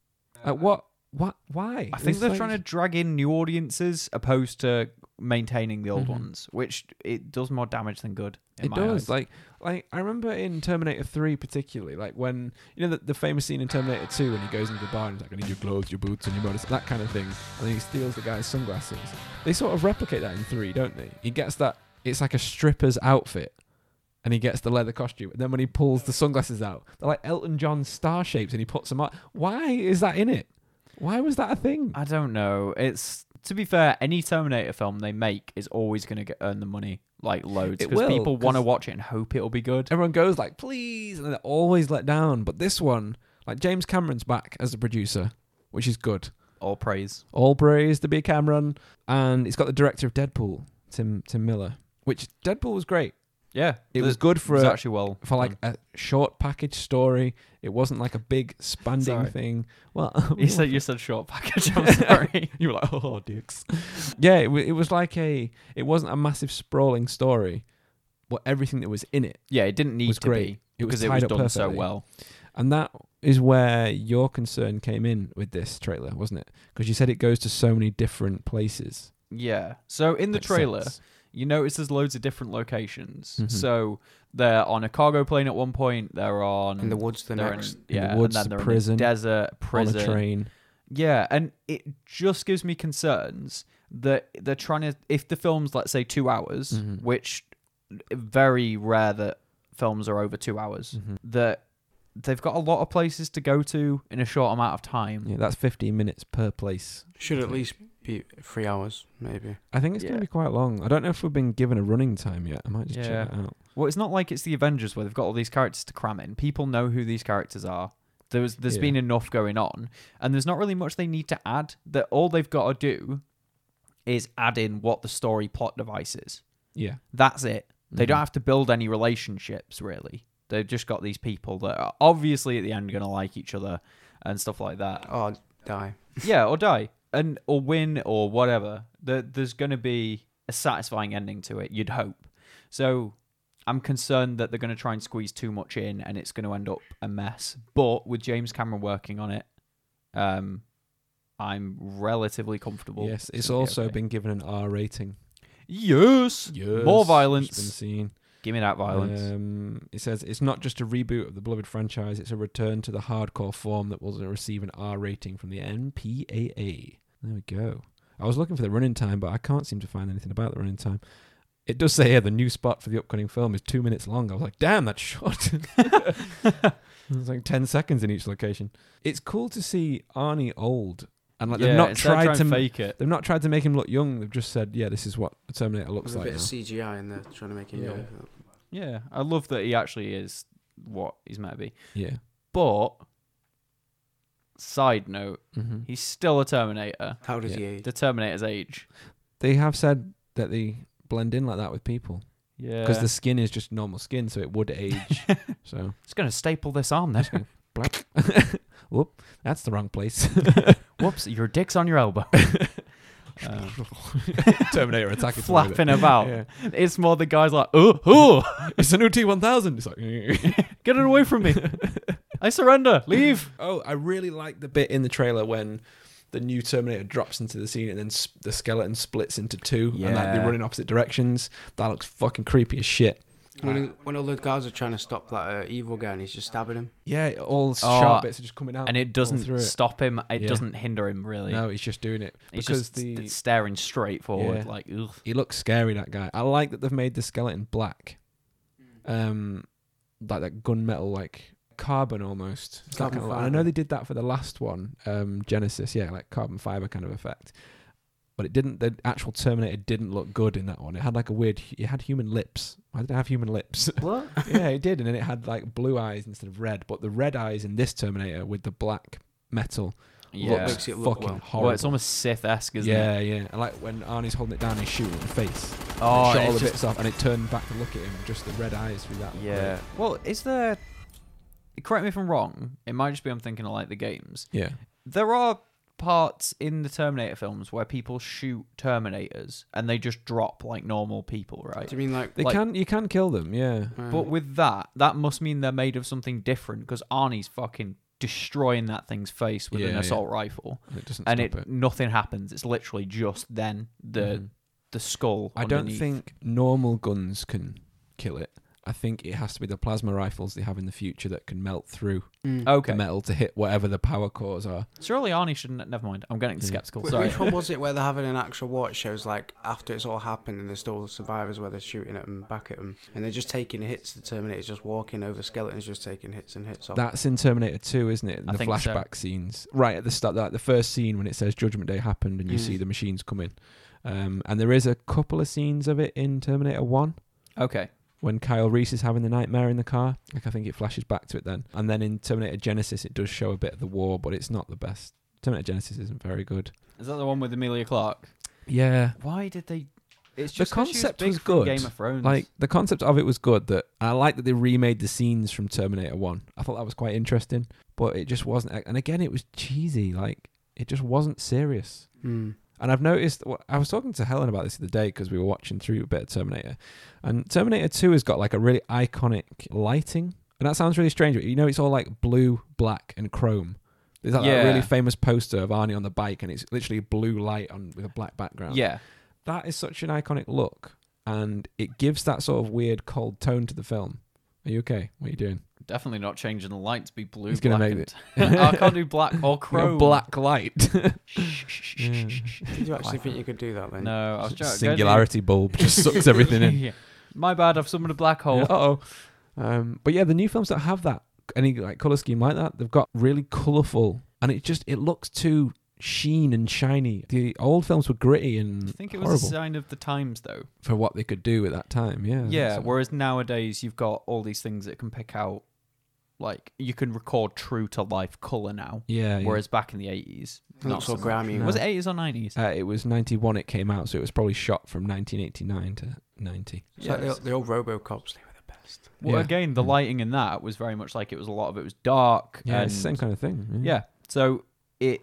Like what what why? I think they're trying to drag in new audiences opposed to maintaining the old Mhm. ones, which it does more damage than good. in it my does eyes. like like I remember in Terminator Three particularly like when you know the, the famous scene in Terminator Two when he goes into the bar and he's like I need your clothes, your boots, and your motor that kind of thing, and then he steals the guy's sunglasses. They sort of replicate that in Three, don't they? He gets that it's like a stripper's outfit, and he gets the leather costume, and then when he pulls the sunglasses out, they're like Elton John star shapes, and he puts them on. Why is that in it? Why was that a thing? I don't know. It's to be fair, any Terminator film they make is always going to get earn the money like loads It because will, people want to 'cause- watch it and hope it'll be good. everyone goes like please and they're always let down but this one like james cameron's back as the producer which is good All praise. all praise to be cameron and it's got the director of deadpool tim tim miller which deadpool was great Yeah, it the- was good it for was a, actually well for like done. a short package story it wasn't like a big spanding Sorry. thing well You said you said short package. I'm sorry. you were like oh dicks yeah it, wa- it was like a it wasn't a massive sprawling story but everything that was in it Yeah, it didn't need was to great. be It was because it tied was up done so perfectly. well. And that is where your concern came in with this trailer, wasn't it? Because you said it goes to so many different places. Yeah. So in the Makes trailer, sense. you notice there's loads of different locations. Mhm. So they're on a cargo plane at one point. They're on In the woods, the Mm. they're in- next. In the yeah, woods, and the then they're prison, in the desert, prison, on a train. Yeah, and it just gives me concerns that they're trying to. If the film's let's say two hours, Mhm. which very rare that films are over two hours, Mhm. that they've got a lot of places to go to in a short amount of time. Yeah, that's 15 minutes per place. Should at least be three hours, maybe. I think it's going Yeah. to be quite long. I don't know if we've been given a running time yet. I might just Yeah. check that out. Well, it's not like it's the Avengers where they've got all these characters to cram in. People know who these characters are. There's there's Yeah. been enough going on, and there's not really much they need to add. That all they've got to do is add in what the story plot device is. Yeah. That's it. They Mhm. don't have to build any relationships really. They've just got these people that are obviously at the end going to like each other and stuff like that. Oh, die. yeah, or die, and or win, or whatever. There, there's going to be a satisfying ending to it. You'd hope. So I'm concerned that they're going to try and squeeze too much in, and it's going to end up a mess. But with James Cameron working on it, um, I'm relatively comfortable. Yes, It's it's gonna be also okay. been given an R rating. Yes, Yes, more it's violence. been seen. Give me that violence. Um, it says it's not just a reboot of the beloved franchise; it's a return to the hardcore form that will receive an R rating from the MPAA. There we go. I was looking for the running time, but I can't seem to find anything about the running time. It does say here the new spot for the upcoming film is two minutes long. I was like, damn, that's short. it's like ten seconds in each location. It's cool to see Arnie old, and like Yeah, they've not instead of tried trying to fake it. They've not tried to make him look young. They've just said, yeah, this is what a Terminator looks There's a like. bit now. of CGI in there trying to make him Yeah. young. Yeah, I love that he actually is what he's meant to be. Yeah. But side note, hmm he's still a Terminator. How does Yeah. he age? The Terminator's age. They have said that they blend in like that with people Yeah, because the skin is just normal skin, so it would age. so it's gonna staple this arm then. whoop, that's the wrong place. Whoops, your dick's on your elbow. Uh, Terminator attacking. flapping about. Yeah. It's more the guy's like, oh, oh, It's an UT one thousand. It's like. get it away from me. I surrender. Leave. oh, I really like the bit in the trailer when. The new Terminator drops into the scene, and then sp- the skeleton splits into two, and like, they Yeah. run in opposite directions. That looks fucking creepy as shit. When, he- when all the guards are trying to stop that uh, evil guy and he's just stabbing him. Yeah, all s- Oh, sharp bits are just coming out, And it all doesn't through it. stop him. It Yeah. doesn't hinder him really. No, he's just doing it He's because just the st- staring straight forward, Yeah. like, ugh. he looks scary. That guy. I like that they've made the skeleton black, um, like that gunmetal, like carbon almost. It's that Carbon kind of- and I fiber. know they did that for the last one, um, Genesis. Yeah, like carbon fiber kind of effect. But it didn't. The actual Terminator didn't look good in that one. It had like a weird. It had human lips. Why did it have human lips? What? yeah, it did, and then it had like blue eyes instead of red. But the red eyes in this Terminator with the black metal Yeah. What makes it look fucking well? horrible. Well, it's almost Sith esque, isn't it? yeah, yeah. And like when Arnie's holding it down, he's shooting at the face. Oh, it shot all the it's bits off, and it turned back to look at him. Just the red eyes through that. Yeah. Well, is there? Correct me if I'm wrong. It might just be I'm thinking of like the games. yeah. There are parts in the Terminator films where people shoot Terminators and they just drop like normal people, right? Do you mean like? They Like- can. You can kill them. Yeah. uh, But with that, that must mean they're made of something different because Arnie's fucking destroying that thing's face with Yeah, an yeah. assault rifle, And it doesn't and it, stop it. nothing happens. It's literally just then the Mhm. the skull. I don't underneath. think normal guns can kill it. I think it has to be the plasma rifles they have in the future that can melt through mm. Okay. the metal to hit whatever the power cores are. Surely Arnie shouldn't. Never mind. I'm getting Yeah. skeptical. Wh- Sorry. Which one was it where they're having an actual war? It shows like after it's all happened and there's still survivors where they're shooting at them, back at them, and they're just taking hits. The Terminator's just walking over skeletons, just taking hits and hits off. That's in Terminator 2, isn't it? In Oh. I the think so. flashback scenes. Right at the start, like the first scene when it says Judgment Day happened and you Mm. see the machines coming. Um, and there is a couple of scenes of it in Terminator 1. Okay. when Kyle Reese is having the nightmare in the car. Like I think it flashes back to it then. And then in Terminator Genesis it does show a bit of the war, but it's not the best. Terminator Genesis isn't very good. Is that the one with Amelia Clark? Yeah. Why did they? It's The just 'cause she concept was, big was from good. Game of Thrones. Like the concept of it was good that and I like that they remade the scenes from Terminator 1. I thought that was quite interesting, but it just wasn't and again it was cheesy like it just wasn't serious. Mm. And I've noticed, well, I was talking to Helen about this the other day because we were watching through a bit of Terminator. And Terminator 2 has got like a really iconic lighting. And that sounds really strange, but you know, it's all like blue, black, and chrome. There's like that really Yeah. famous poster of Arnie on the bike, and it's literally blue light on with a black background. yeah, That is such an iconic look. And it gives that sort of weird, cold tone to the film. Are you okay? What are you doing? definitely not changing the light to be blue. He's He's gonna black make and- I can't do black or You know, chrome. black light. Yeah. Did you actually think you could do that then? No, I was joking. Singularity bulb just sucks everything in. Yeah. My bad. I've summoned a black hole. oh. Um, but yeah, the new films don't have that any like color scheme like that. They've got really colorful, and it just it looks too sheen and shiny. The old films were gritty and I think it was horrible a sign of the times, though. for what they could do at that time. Yeah. I think yeah. so. Whereas nowadays, you've got all these things that can pick out. Like you can record true to life color now, yeah. yeah. whereas back in the eighties, Not not so much. grimy, Was it no. eighties or nineties? uh, it was ninety one. It came out, so it was probably shot from nineteen eighty nine to ninety. It's like the, the old RoboCops. They were the best. Well, Yeah. again, the Mm. lighting in that was very much like it was a lot of it was dark. Yeah, and it's the same kind of thing. yeah. So it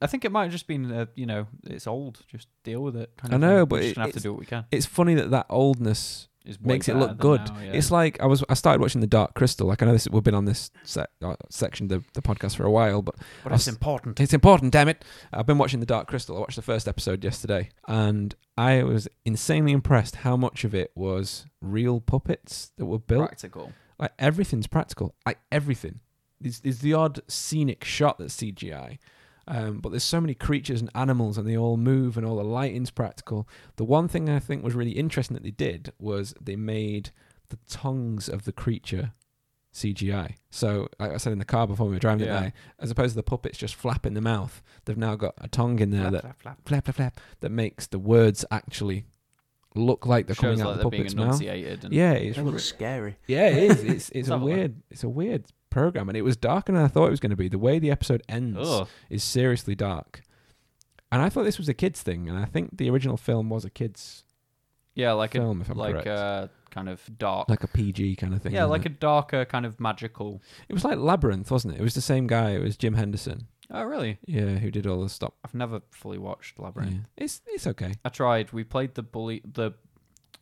I think it might have just been, uh, you know, it's old. Just deal with it. Kind I of know, thing. but we're it- just gonna have to it's- do what we can. It's funny that that oldness It's way makes it look better good. than now, yeah. It's like I was I started watching The Dark Crystal. Like I know this we've been on this sec, uh, section the the podcast for a while, but but I've it's s- important. it's important, damn it. I've been watching The Dark Crystal. I watched the first episode yesterday and I was insanely impressed how much of it was real puppets that were built. Practical. Like everything's practical. Like everything. There's, there's the odd scenic shot that's CGI, um, but there's so many creatures and animals, and they all move, and all the lighting's practical. The one thing I think was really interesting that they did was they made the tongues of the creature CGI. So, like I said in the car before we were driving Yeah. today, as opposed to the puppets just flapping the mouth, they've now got a tongue in there Flap, that flap, flap. flap, flap, flap, that makes the words actually look like they're Shows coming out like of the they're being puppet's mouth. enunciated. And Yeah, it's It looks scary. yeah, it is. It's it's a Have a look. weird it's a weird program, and it was darker than I thought it was going to be. The way the episode ends Ugh. is seriously dark, and I thought this was a kids thing, and I think the original film was a kids yeah, like a film, if I'm like correct, a kind of dark. like a PG kind of thing. yeah, wasn't like it? a darker kind of magical. it was like Labyrinth, wasn't it? It was the same guy. It was Jim Henderson, Oh, really? yeah, who did all the stop. I've never fully watched Yeah. Labyrinth. It's it's okay. I tried. We played the bully the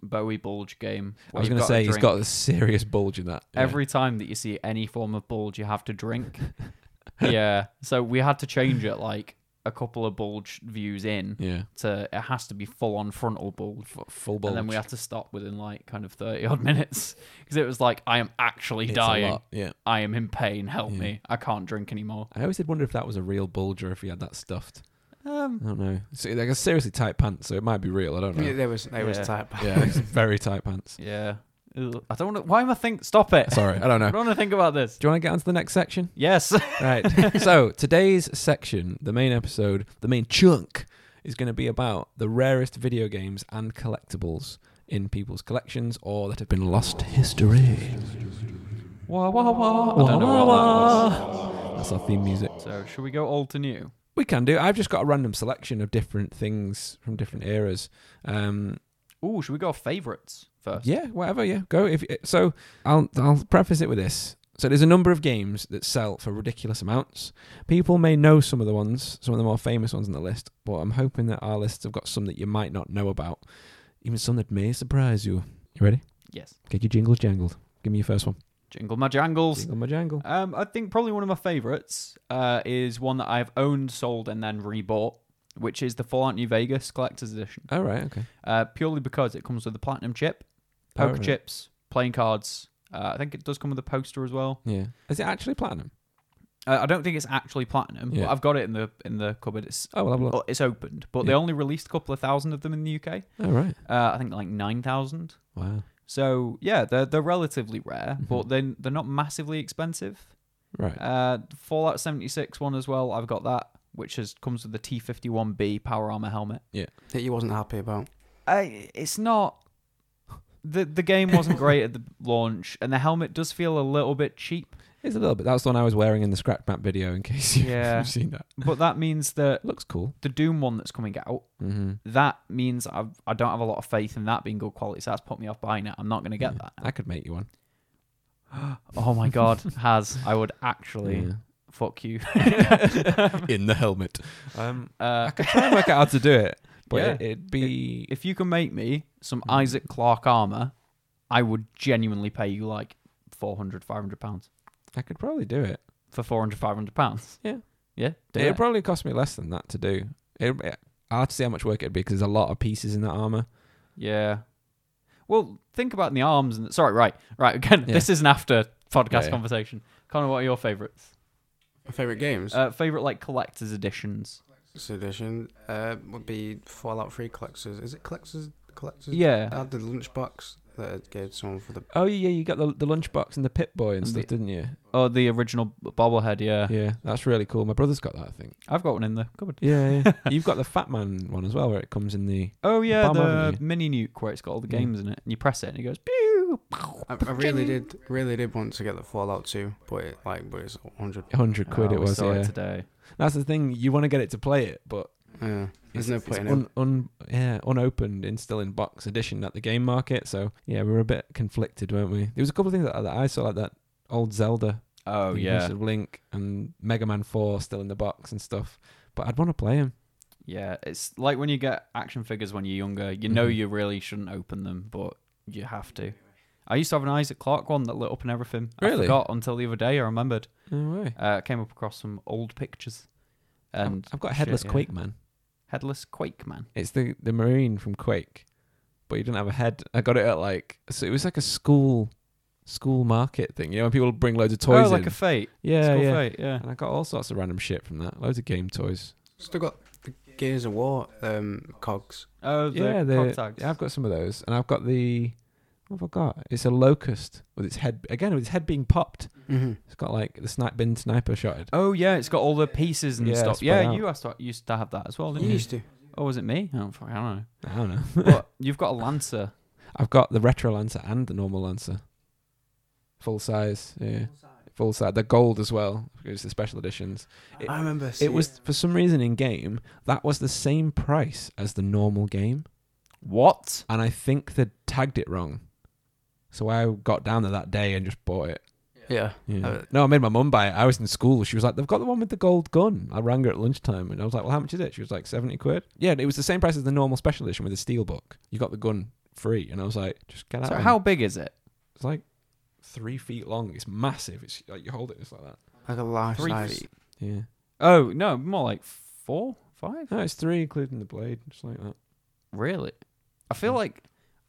Bowie bulge game. I where was you've going to gotta say he's drink. got a serious bulge in that. Yeah. every time that you see any form of bulge, you have to drink. yeah. So we had to change it like a couple of bulge views in yeah, to it has to be full on frontal bulge. F- full bulge. And then we had to stop within like kind of 30 odd minutes because it was like, I am actually It's a dying. lot, Yeah, I am in pain. Help Yeah. me. I can't drink anymore. I always did wonder if that was a real bulge or if he had that stuffed. Um, I don't know. So, like, it's seriously tight pants, so it might be real. I don't Yeah, know. there was there was Yeah. type. yeah, it's very tight pants. yeah. Ugh, I don't want to. Why am I think? Stop it. Sorry, I don't know. I Do don't want to think about this. you want to get on to the next section? Yes. Right. so today's section, the main episode, the main chunk, is going to be about the rarest video games and collectibles in people's collections or that have been lost to history. Wah wah wah. I don't know what that wah. That's our theme music. so, should we go old to new? We can do. I've just got a random selection of different things from different eras. Um, Ooh, should we go favorites first? Yeah, whatever. Yeah, go. If so, I'll I'll preface it with this. So there's a number of games that sell for ridiculous amounts. People may know some of the ones, some of the more famous ones on the list, but I'm hoping that our lists have got some that you might not know about, even some that may surprise you. You ready? Yes. Get your jingles jangled. Give me your first one. Jingle my jangles. Jingle my jangle. Um, I think probably one of my favorites uh, is one that I've owned, sold, and then rebought, which is the Fallout New Vegas Collector's Edition. All right. Okay. Uh, purely because it comes with a platinum chip, All poker right. chips, playing cards. Uh, I think it does come with a poster as well. Yeah. Is it actually platinum? Uh, I don't think it's actually platinum, Yeah. but I've got it in the in the cupboard. It's Oh, well, I've looked. oh, it's opened, but they Yeah. only released a couple of thousand of them in the UK. All right. Uh, I think like nine thousand. Wow. So yeah, they're they're relatively rare, Mhm. but then they're not massively expensive. Right. Uh, Fallout 76 one as well. I've got that, which is comes with the T51B power armor helmet. That you wasn't happy about. I, it's not. The the game wasn't great at the launch, and the helmet does feel a little bit cheap. It's a little bit. That's the one I was wearing in the scratch map video. In case you've Yeah. seen that, But that means that looks cool. the Doom one that's coming out, Mm-hmm. that means I I don't have a lot of faith in that being good quality. So that's put me off buying it. I'm not going to get that. I could make you one. Oh my god, has I would actually Yeah. fuck you. in the helmet. Um, uh, I could try and work out how to do it, but Yeah. it, it'd be if you can make me some Hmm. Isaac Clarke armor, I would genuinely pay you like 400, 500 pounds. I could probably do it. For 400, 500 pounds. Yeah. Yeah. do It'd it. probably cost me less than that to do. It, it, I'll have to see how much work it'd be because there's a lot of pieces in that armor. yeah. Well, think about the arms and sorry, right, right. Again, Yeah. this is an after podcast Yeah, yeah. conversation. Connor, what are your favorites? My favorite games Uh, favorite like collector's editions? this edition uh, would be Fallout 3 collectors. Is it collectors? Collectors? I Yeah. had the lunchbox that I gave someone for the. Oh yeah, you got the the lunchbox and the pit boy and And stuff, the- didn't you? Oh, the original bobblehead. Yeah. Yeah, that's really cool. My brother's got that, I think. I've got one in the cupboard. Yeah, yeah. you've got the Fat Man one as well, where it comes in the. Oh yeah, bomb, Mm. the, haven't mini nuke where it's got all the Yeah. games in it, and you press it and it goes pew. I, I really did, really did want to get the Fallout 2, but it, like, but it's 100. Hundred quid Oh, it we was, saw yeah. it today. That's the thing. You want to get it to play it, but Yeah, there's no it's point in it. un, un, yeah, unopened in still in box edition at the game market. So yeah, we were a bit conflicted, weren't we? There was a couple of things that, that I saw like that old Zelda, Oh the yeah. Adventures of Link, and Mega Man Four still in the box and stuff. but I'd want to play him. Yeah, it's like when you get action figures when you're younger, you know Mhm. you really shouldn't open them, but you have to. I used to have an Isaac Clarke one that lit up and everything. I Really? forgot until the other day. I remembered. No way. Uh, came up across some old pictures, and I've got a headless shit, yeah. Quake man. headless Quake man. It's the the marine from Quake, but he didn't have a head. I got it at like so it was like a school school market thing. You know when people bring loads of toys. oh, like in? a fate. yeah, School yeah. fate. Yeah. And I got all sorts of random shit from that. Loads of game toys. Still got the Gears of War um, cogs. Oh, the yeah, yeah, the- yeah, I've got some of those, and I've got the what have I got? It's a locust with its head again with its head being popped. Mm-hmm. It's got like the snipe been sniper shotted. Oh yeah, it's got all the pieces and Yeah, stuff. spread Yeah, out. you asked- used to have that as well, You didn't you? used to. Oh, was it me? Oh, fuck, I don't know. I don't know. But you've got a lancer. I've got the retro lancer and the normal lancer, full size. Yeah, full size. They're gold as well. It's the special editions. It- I remember. It seeing- was for some reason in game that was the same price as the normal game, What? and I think they tagged it wrong. So I got down there that day and just bought it. Yeah. Yeah. Uh, no, I made my mum buy it. I was in school. She was like, "They've got the one with the gold gun." I rang her at lunchtime and I was like, "Well, how much is it?" She was like, 70 quid." Yeah, and it was the same price as the normal special edition with the steel book. You got the gun free, and I was like, "Just get out." So then." how big is it? It's like three feet long. It's massive. It's like you hold it, it's like that. Like a life Three size. feet. Yeah. Oh no, more like four, five. No, it's three including the blade, just like that. Really? I feel Mm. like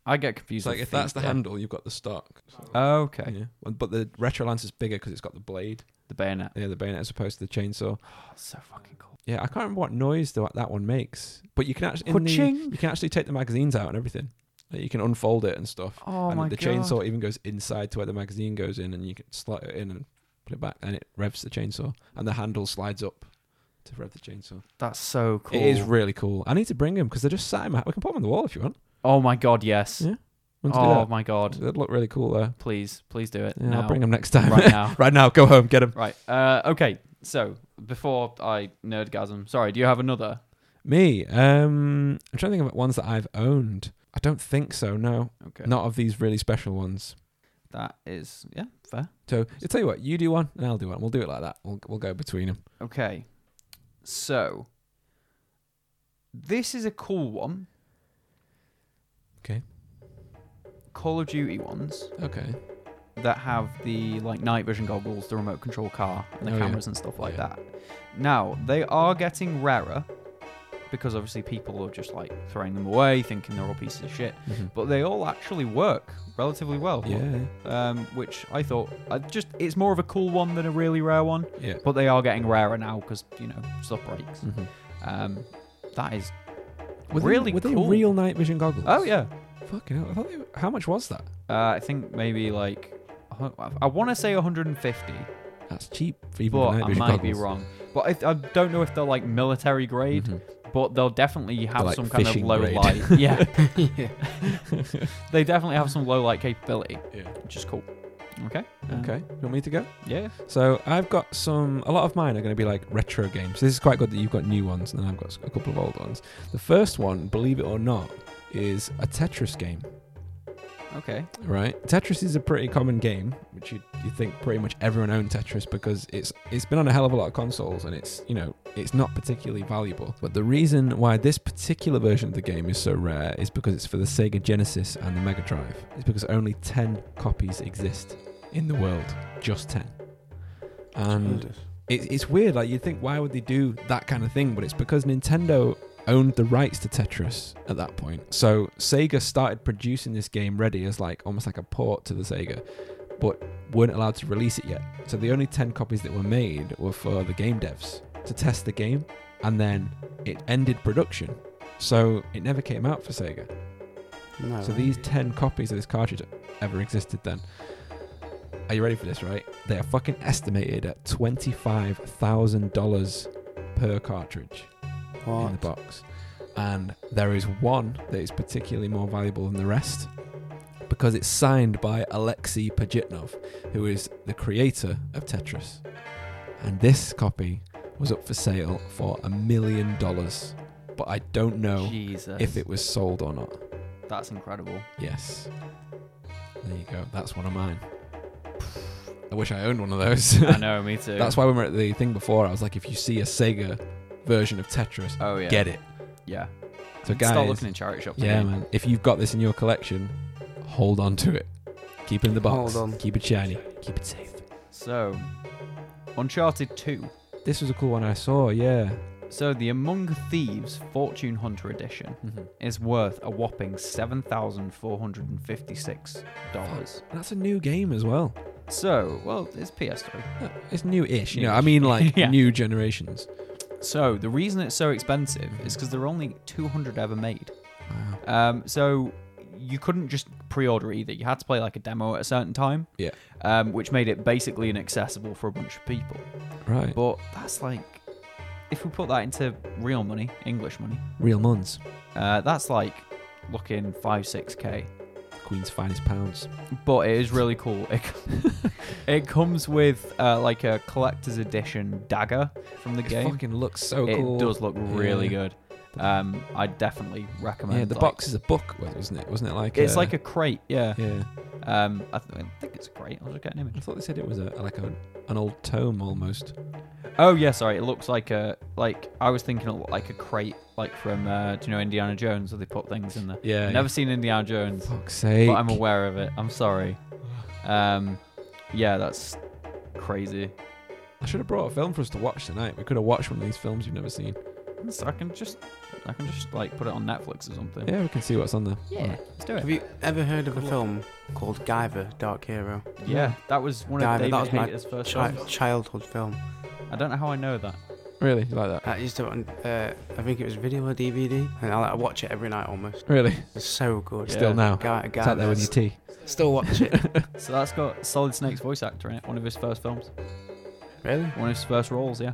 I get confused. It's like with if that's feet the there. handle, you've got the stock. Oh, okay. Yeah. Well, But the retro lance is bigger because it's got the blade, The bayonet. yeah, the bayonet as opposed to the chainsaw. Oh, so fucking cool. Yeah, I can't remember what noise though that one makes, but you can actually in the, Ka-ching. you can actually take the magazines out and everything. Like, you can unfold it and stuff. Oh and my the god. chainsaw even goes inside to where the magazine goes in, and you can slide it in and put it back, and it revs the chainsaw, and the handle slides up to rev the chainsaw. That's so cool. It is really cool. I need to bring them because they're just sat in my. We can put them on the wall if you want. oh my god. Yes. Yeah. want to do Oh that? my god. That'd look really cool there. Please, please do it. Yeah, now. I'll bring them next time. right now. right now, go home, get them. Right. Uh, okay. So before I nerdgasm, sorry. Do you have another? Me, um, I'm trying to think of ones that I've owned. I don't think so. No, Okay. not of these really special ones. That is yeah fair. So I tell you what, you do one and I'll do one. We'll do it like that. We'll we'll go between them. Okay. So this is a cool one. Okay. Call of Duty ones Okay. that have the like night vision goggles, the remote control car, and the Oh, yeah. cameras and stuff like Yeah. that. Now they are getting rarer because obviously people are just like throwing them away, thinking they're all pieces of shit. But they all actually work relatively well. Mm-hmm. Yeah. Um, which I thought I just it's more of a cool one than a really rare one. Yeah. But they are getting rarer now because you know stuff breaks. Mhm. Um, that is Were they- really were they cool. real night vision goggles? Oh yeah. Fucking hell. I thought they were, how much was that? Uh, I think maybe like a hun- I want to say 150, That's cheap for even but night I might vision be goggles. wrong. But I, I don't know if they're like military grade, Mhm. but they'll definitely have like some kind of fishing low grade. light. Yeah, they definitely have some low light capability, Yeah. which is cool. Okay. Uh, Okay. Um, You want me to go? Yeah. So I've got some. A lot of mine are going to be like retro games. This is quite good that you've got new ones, and then I've got a couple of old ones. The first one, believe it or not, is a Tetris game. Okay. Right, Tetris is a pretty common game, which you you think pretty much everyone owned Tetris because it's it's been on a hell of a lot of consoles, and it's you know it's not particularly valuable. But the reason why this particular version of the game is so rare is because it's for the Sega Genesis and the Mega Drive. It's because only ten copies exist in the world, just ten. And Jesus. it, it's weird. Like you'd think, why would they do that kind of thing? But it's because Nintendo owned the rights to Tetris at that point. So Sega started producing this game ready as like almost like a port to the Sega, but weren't allowed to release it yet. So the only ten copies that were made were for the game devs to test the game, and then it ended production. So it never came out for Sega. No. So these 10 copies of this cartridge ever existed then. Are you ready for this, right? They are fucking estimated at $25,000 per cartridge in the What? box. And there is one that is particularly more valuable than the rest because it's signed by Alexei Pajitnov, who is the creator of Tetris. And this copy was up for sale for a million dollars, but I don't know Jesus. Oh, if it was sold or not. That's incredible. Yes. There you go. That's one of mine. I wish I owned one of those. I know. Me too. That's why when we were at the thing before, I was like, if you see a Sega version of Tetris. Oh yeah. Get it. Yeah. So guys, Start looking in charity shops. yeah, again. man. If you've got this in your collection, hold on to it. Keep it in the box. Hold on. Keep it shiny. Keep it safe. So, Uncharted Two. This was a cool one I saw. Yeah. So the Among Thieves Fortune Hunter Edition Mm-hmm. is worth a whopping seven thousand four hundred and fifty-six dollars. That's a new game as well. So, well, it's PS3. It's new-ish. You know, New-ish. I mean, like Yeah. new generations. So the reason it's so expensive is because there are only two hundred ever made. Wow. Um, so you couldn't just pre-order either. You had to play like a demo at a certain time. Yeah. Um, which made it basically inaccessible for a bunch of people. Right. But that's like, if we put that into real money, English money, Real Muns. uh, that's like looking five six k. Queen's finest pounds. But it is really cool. It, it comes with uh, like a collector's edition dagger from the It game. fucking looks so it cool. does look really Yeah. good. Um, I definitely recommend. Yeah, the like- box is a book, wasn't it? Wasn't it like? It's a, like a crate, yeah. Yeah. Um, I, th- I think it's a crate. I'll just get an I image. thought they said it was a like a, an old tome almost. Oh yeah, sorry. It looks like a like I was thinking it looked like a crate, like from uh, do you know Indiana Jones where they put things in there. Yeah. Never seen Indiana Jones, Fuck's sake. but I'm aware of it. I'm sorry. Um, yeah, that's crazy. I should have brought a film for us to watch tonight. We could have watched one of these films you've never seen. So I can just I can just like put it on Netflix or something. Yeah, we can see what's on there. Yeah, let's do it. Have you ever heard of a film called Guyver, Dark Hero? Yeah, that was one Yeah, of but David that was my Hayter's first Chi- films. childhood film. I don't know how I know that. Really? You like that? I used to, uh, I think it was video or DVD, and I, like, I watch it every night almost. Really? It's so good. Yeah. Still now. Guy, guy It's out there with your tea. Still watch it. So that's got Solid Snake's voice actor in it. One of his first films. really? One of his first roles. Yeah.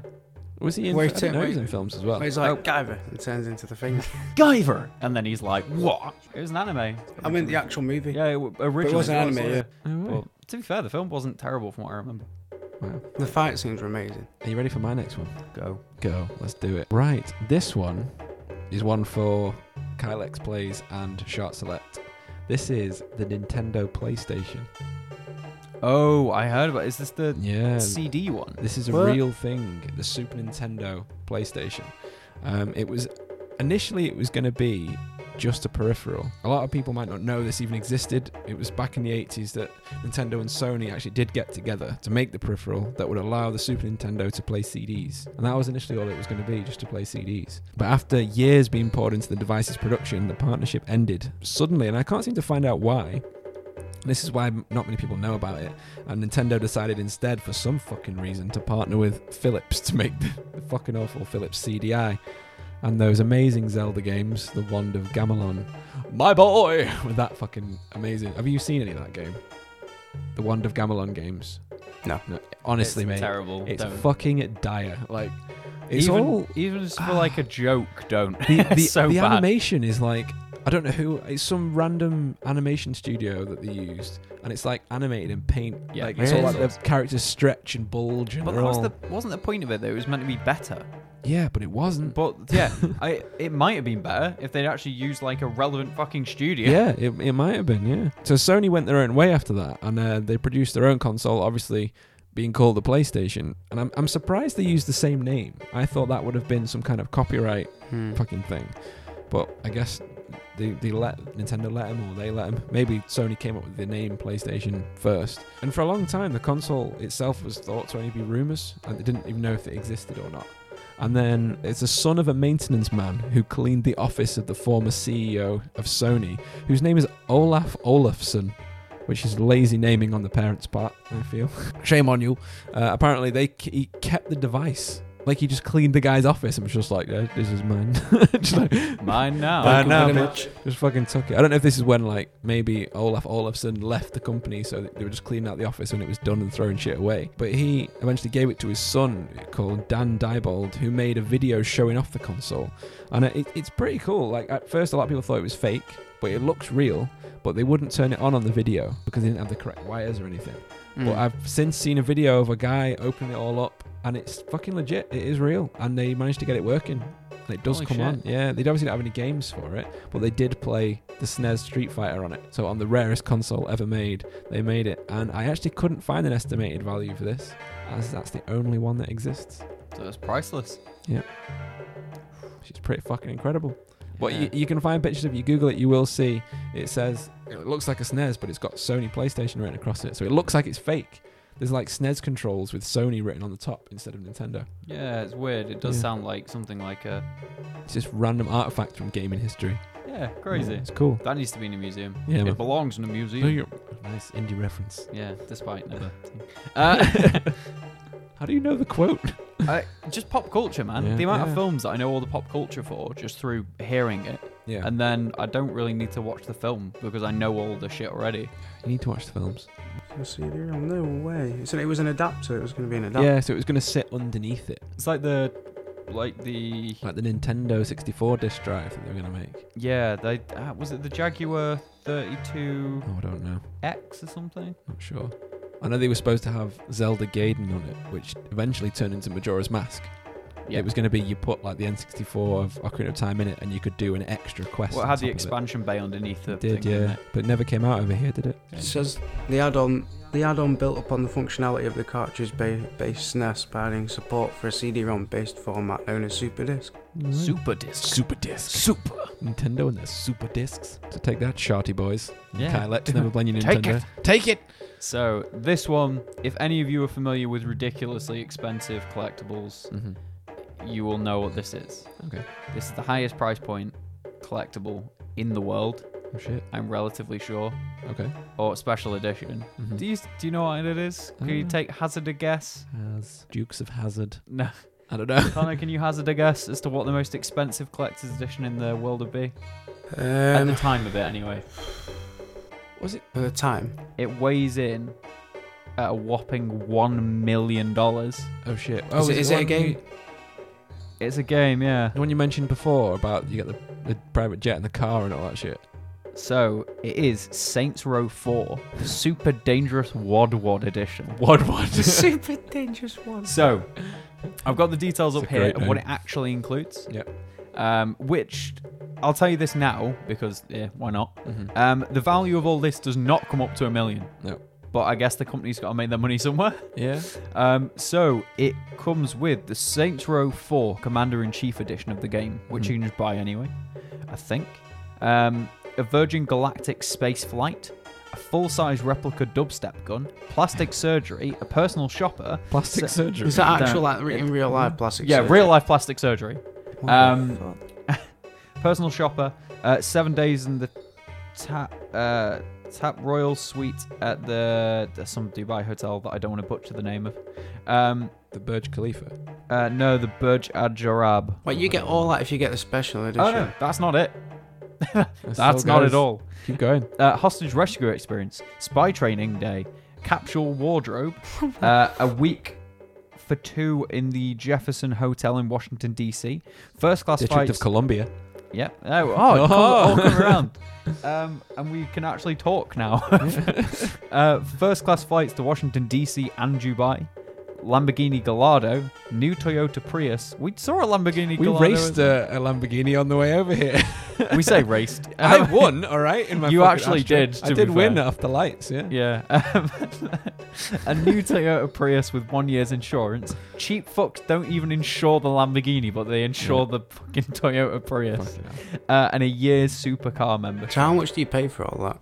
Was he in, Wait, I didn't know he was wait. in films as well? Where he's like Guyver and turns into the thing. Guyver. And then he's like, what? It was an anime. I mean the actual movie. Yeah, it w- originally. But it was an was, anime. Yeah. Oh, right. Well, to be fair, the film wasn't terrible from what I remember. Wow. The fight scenes were amazing. Are you ready for my next one? Go. Go. Let's do it. Right. This one is one for Kylex Plays and Shart Select. This is the Nintendo PlayStation. Oh, I heard about. Is this the Yeah. CD one? This is a What? real thing. The Super Nintendo PlayStation. Um, it was initially it was going to be just a peripheral. A lot of people might not know this even existed. It was back in the 80s that Nintendo and Sony actually did get together to make the peripheral that would allow the Super Nintendo to play CDs. And that was initially all it was going to be, just to play CDs. But after years being poured into the device's production, the partnership ended suddenly, and I can't seem to find out why. This is why not many people know about it. And Nintendo decided instead, for some fucking reason, to partner with Philips to make the, the fucking awful Philips CDI. And those amazing Zelda games, The Wand of Gamelon. My boy! With that fucking amazing. Have you seen any of that game? The Wand of Gamelon games? No. honestly, it's mate. Terrible. It's Don't. fucking dire. Like, it's even, all. Even just for like a joke, don't. The, the, it's so the bad. animation is like. I don't know who. It's some random animation studio that they used. And it's like animated in paint. Yeah. like, it's all Really? like the characters stretch and bulge and But they're that was all- the, wasn't the point of it though? It was meant to be better. Yeah, but it wasn't. But yeah, I, it might have been better if they'd actually used like a relevant fucking studio. Yeah, it, it might have been, yeah. So Sony went their own way after that, and uh, they produced their own console, obviously being called the PlayStation. And I'm, I'm surprised they used the same name. I thought that would have been some kind of copyright Hmm. fucking thing. But I guess they, they let Nintendo let him or they let him. Maybe Sony came up with the name PlayStation first. And for a long time, the console itself was thought to only be rumors, and they didn't even know if it existed or not. And then it's the son of a maintenance man who cleaned the office of the former CEO of Sony, whose name is Olaf Olafsson, which is lazy naming on the parents' part, I feel. Shame on you. Uh, apparently, they he kept the device. Like, he just cleaned the guy's office and was just like, "Yeah, this is mine. just like, Mine now. Mine Thank you now, very bitch. much. just fucking took it. I don't know if this is when like maybe Olaf Olafsson left the company, so that they were just cleaning out the office when it was done and throwing shit away. But he eventually gave it to his son called Dan Diebold, who made a video showing off the console, and it, it's pretty cool. Like at first, a lot of people thought it was fake, but it looks real. But they wouldn't turn it on on the video because they didn't have the correct wires or anything. But Hmm. Mm. I've since seen a video of a guy opening it all up, and it's fucking legit. It is real, and they managed to get it working. And it does Holy come shit. on. Yeah, they obviously don't have any games for it, but they did play the SNES Street Fighter on it. So on the rarest console ever made, they made it, and I actually couldn't find an estimated value for this, as that's the only one that exists. That's priceless. She's pretty fucking incredible. But Yeah. you, you can find pictures if you Google it. You will see it says it looks like a SNES, but it's got Sony PlayStation written across it, so it looks like it's fake. There's like SNES controls with Sony written on the top instead of Nintendo. Yeah, it's weird. It does Yeah. sound like something like a It's just random artifact from gaming history. yeah, crazy. Yeah, it's cool. That needs to be in a museum. Yeah, man. it belongs in a museum. Oh, you're- Nice indie reference. Yeah, despite never. uh, How do you know the quote? I, just pop culture, man. Yeah. the amount Yeah. of films that I know all the pop culture for just through hearing it, Yeah. and then I don't really need to watch the film because I know all the shit already. you need to watch the films. A CD ROM? No way. It's an, it was an adapter. It was going to be an adapter. Yeah, so it was going to sit underneath it, It's like the, like the like the Nintendo 64 disc drive that they were going to make. yeah, they uh, was it the Jaguar 32X Oh, I don't know. or something? Not sure. I know they were supposed to have Zelda Gaiden on it, which eventually turned into Majora's Mask. Yeah. It was going to be you put like the N64 of Ocarina of Time in it, and you could do an extra quest. Well, it on had the top of expansion bay underneath the It did thing, didn't yeah, but it never came out over here, did it? it? It says the add-on. The add-on built upon the functionality of the cartridge-based SNES by adding support for a CD-ROM based format known as SuperDisc. Super disc. Super disc. Super. Nintendo and their super discs. So take that, sharty boys. Yeah. Can't let never blame your Take Nintendo. it. So this one, if any of you are familiar with ridiculously expensive collectibles, hmm you will know what this is. Okay. This is the highest price point collectible in the world. Oh shit. I'm relatively sure, Okay. or special edition. Mhm. Do you do you know what it is? Can you Uh. take hazard a guess? As Dukes of Hazard. No, I don't know. Connor, can you hazard a guess as to what the most expensive collector's edition in the world would be at the Um, time of it? Anyway, Was it? at the time, it weighs in at a whopping one million dollars. Oh shit. Is Oh, it- is it a one game? you- It's a game, yeah. The one you mentioned before about you get the, the private jet and the car and all that shit. So it is Saints Row 4 Super Dangerous Wad Wad Edition. What? What? super dangerous one. So I've got the details It's up a here great of what it name. actually includes. Yep. Um, which I'll tell you this now because yeah, why not? Mhm. Um, the value of all this does not come up to a million. No. But I guess the company's got to make their money somewhere. Yeah. Um, so it comes with the Saints Row 4 Commander in Chief edition of the game, which Mm-hmm. Mhm. you can just buy anyway, I think. Um, a Virgin Galactic space flight, a full size replica dubstep gun, plastic surgery, a personal shopper. Plastic So- surgery. Is that actual, Don't- like, re- in real life plastic? Yeah, surgery? real life plastic surgery. What the um, fuck? Personal shopper, uh, seven days in the tap, uh, tap Royal Suite at the there's some Dubai hotel that I don't want to butcher the name of. Um, the Burj Khalifa. uh, no, the Burj Al Jarab. Wait, you get all that if you get the special edition. Oh no, that's not it. That's That's not at all. Keep going. Uh, hostage rescue experience, spy training day, capsule wardrobe, uh, a week for two in the Jefferson Hotel in Washington D.C. First class District flights. of Columbia. yeah. Oh, oh, it comes- Oh. all come around. Um, and we can actually talk now. uh, first class flights to Washington D.C. and Dubai. Lamborghini Gallardo, new Toyota Prius. We saw a Lamborghini. We Gallardo raced a, a Lamborghini on the way over here. we say raced. I Um, won, all right. In my You fucking actually Astra. did, I to did be win fair. off the lights. Yeah. Yeah. Um, a new Toyota Prius with one year's insurance. Cheap fucks don't even insure the Lamborghini, but they insure the fucking Toyota Prius. Fucking hell. Uh, and a year's supercar member. So how much do you pay for all that?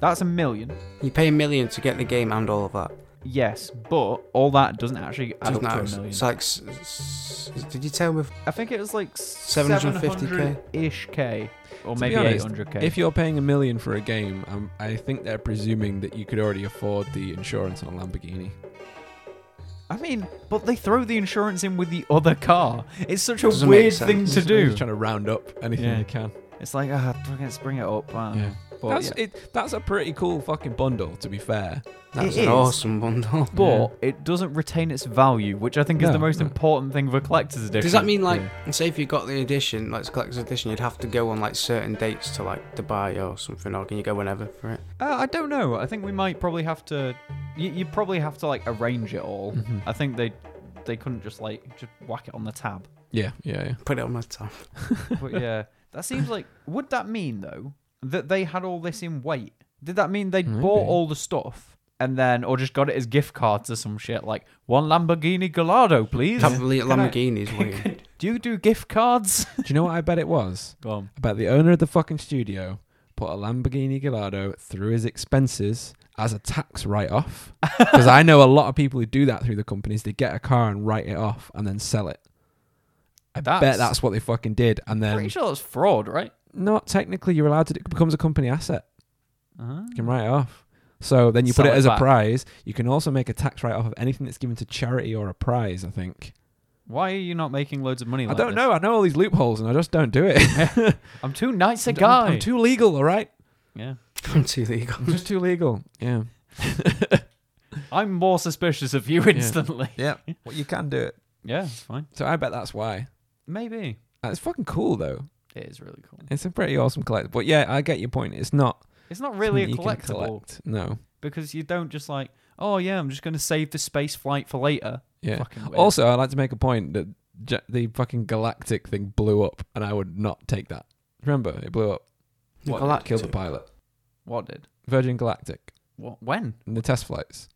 That's a million. You pay a million to get the game and all of that. Yes, but all that doesn't actually add Doesn't up that- to a million. It's like, s- s- s- did you tell me? I think it was like 750K. 750k ish k, or To be maybe honest, 800k. If you're paying a million for a game, um, I think they're presuming that you could already afford the insurance on a Lamborghini. I mean, but they throw the insurance in with the other car. It's such a Doesn't make weird thing sense. to They're do. just trying to round up anything Yeah. they can. It's like, ah, fucking let's bring it up. uh, Yeah. But that's yeah. it. That's a pretty cool fucking bundle, to be fair. That's It an is. awesome bundle. but it doesn't retain its value, which I think is No, the most no. important thing for collector's edition. Does that mean like, say if you got the edition, like collector's edition, you'd have to go on like certain dates to like Dubai or something, or can you go whenever for it? Uh, I don't know. I think we might probably have to. You, you probably have to like arrange it all. Mhm. I think they they couldn't just like just whack it on the tab. Yeah, yeah, yeah. Put it on my tab. But yeah, that seems like. Would that mean though that they had all this in wait? Did that mean they Maybe. bought all the stuff and then or just got it as gift cards or some shit like one Lamborghini Gallardo, please. Probably Can I- Lamborghini's waiting. Do you do gift cards? Do you know what I bet it was? Go on. About the owner of the fucking studio put a Lamborghini Gallardo through his expenses as a tax write off. Because I know a lot of people who do that through the companies. They get a car and write it off and then sell it. I bet Uh, That's- that's what they fucking did. And Pretty then, sure that's fraud, right? not technically, you're allowed to, it becomes a company asset. Uh-huh. You can write it off. So then you put Sell it it as a back. prize. You can also make a tax write off of anything that's given to charity or a prize, I think. Why are you not making loads of money? I like don't this? know. I know all these loopholes and I just don't do it. I'm too nice a I'm- guy. I'm too legal, all right? yeah. I'm too legal. I'm just too legal. Yeah. I'm more suspicious of you instantly. Yeah. Well, you can do it. Yeah, it's fine. So I bet that's why. Maybe Uh, It's fucking cool though. it is really cool. It's a pretty awesome collectible. But yeah, I get your point. It's not It's not really a something you can collectible collect. No. because you don't just like, oh yeah, I'm just going to save the space flight for later. Yeah. Fucking weird. Also, I'd like to make a point that ja the fucking galactic thing blew up, and I would not take that. Remember, it blew up. The What, it killed the Galactic? pilot. what did? Virgin Galactic What? When? in the test flights,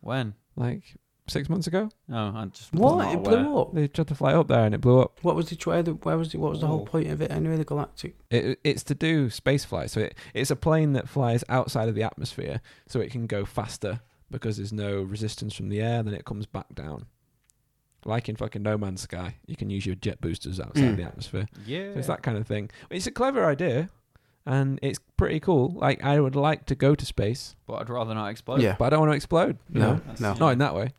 When? like six months ago. Oh, I just What? It blew up. They tried to fly up there, and it blew up. What was the where, the where was the what was the Oh. whole point of it anyway? The galactic. It, it's to do space flight. So it, it's a plane that flies outside of the atmosphere so it can go faster because there's no resistance from the air, then it comes back down. Like in fucking No Man's Sky, you can use your jet boosters outside Mm. the atmosphere. Yeah. So it's that kind of thing. It's a clever idea and it's pretty cool. Like, I would like to go to space, But I'd rather not explode. Yeah. but I don't want to explode. you No, know? That's- no. Not in that way.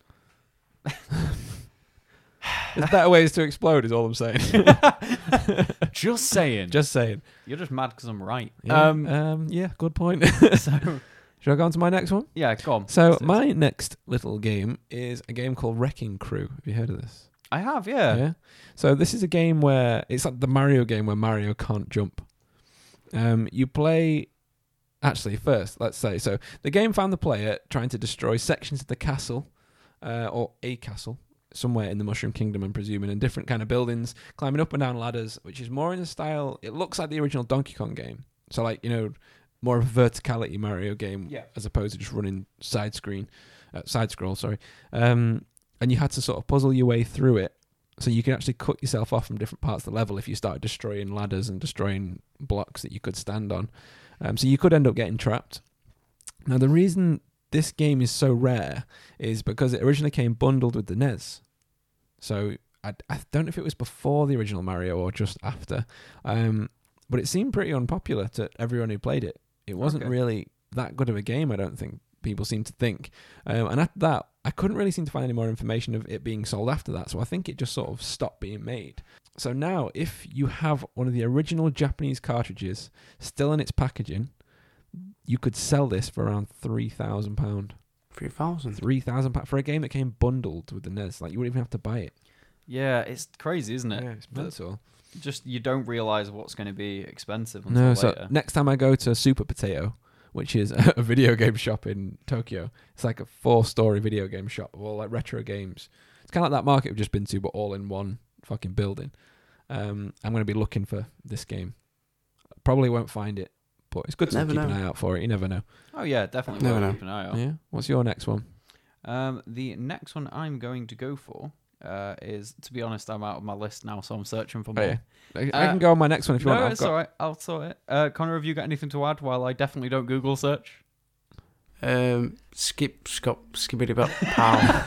There's better ways to explode, is all I'm saying. Just saying. Just saying. You're just mad because I'm right. Yeah, Um. um, yeah good point. so Should I go on to my next one? yeah, go on. So That's it. my next little game is a game called Wrecking Crew. Have you heard of this? I have yeah. So this is a game where it's like the Mario game where Mario can't jump. Um, you play. Actually, first let's say so. The game found the player trying to destroy sections of the castle, uh, or a castle somewhere in the Mushroom Kingdom. I'm presuming, and different kind of buildings, climbing up and down ladders, which is more in the style. It looks like the original Donkey Kong game. So like you know, more of a verticality Mario game Yeah. as opposed to just running side screen, uh, side scroll. Sorry. Um, and you had to sort of puzzle your way through it so you can actually cut yourself off from different parts of the level if you start destroying ladders and destroying blocks that you could stand on. Um, so you could end up getting trapped. Now the reason this game is so rare is because it originally came bundled with the NES. So I, I don't know if it was before the original Mario or just after, um, but it seemed pretty unpopular to everyone who played it. It wasn't Okay. really that good of a game, I don't think people seem to think. Um, and after that, I couldn't really seem to find any more information of it being sold after that. So I think it just sort of stopped being made. So now, if you have one of the original Japanese cartridges still in its packaging, you could sell this for around three thousand pound. Three thousand. Three thousand pound for a game that came bundled with the NES. Like you wouldn't even have to buy it. Yeah, it's crazy, isn't it? it's mental. Just you don't realize what's going to be expensive until No, later. so next time I go to Super Potato, which is a video game shop in Tokyo, it's like a four-story video game shop of all like retro games. It's kind of like that market I've just been to, but all in one fucking building. Um, I'm going to be looking for this game. Probably won't find it, but it's good to Never keep know. an eye out for it. You never know. Oh yeah, definitely. Never worth know. keeping an eye out. Yeah. What's your next one? Um, the next one I'm going to go for uh, is, to be honest, I'm out of my list now, so I'm searching for more. Oh, yeah. I, I Uh, can go on my next one if you No, want. I've it's got- all right. I'll sort it. Uh, Connor, have you got anything to add? While I definitely don't Google search. Um, skip, skip, skibbity bop, pow.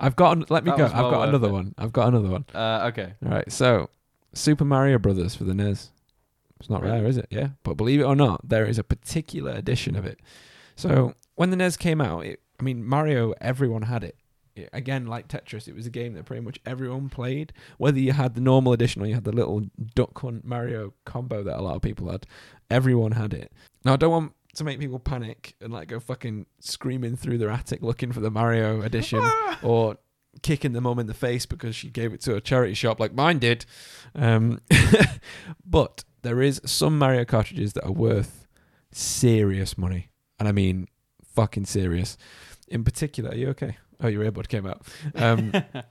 I've got. Let me That go. was I've well got worth another it. one. I've got another one. Uh, okay. All right. So, Super Mario Brothers for the NES. It's not Really? rare, is it? Yeah. But believe it or not, there is a particular edition of it. So when the NES came out, it, I mean Mario, everyone had it. It- Again, like Tetris, it was a game that pretty much everyone played. Whether you had the normal edition or you had the little Duck Hunt Mario combo that a lot of people had, everyone had it. Now, I don't want to make people panic and like go fucking screaming through their attic looking for the Mario edition Ah. or kicking the mum in the face because she gave it to a charity shop like mine did. Um, but there is some Mario cartridges that are worth serious money, and I mean fucking serious. In particular, are you okay? Oh, your earbud Um, came out. Um,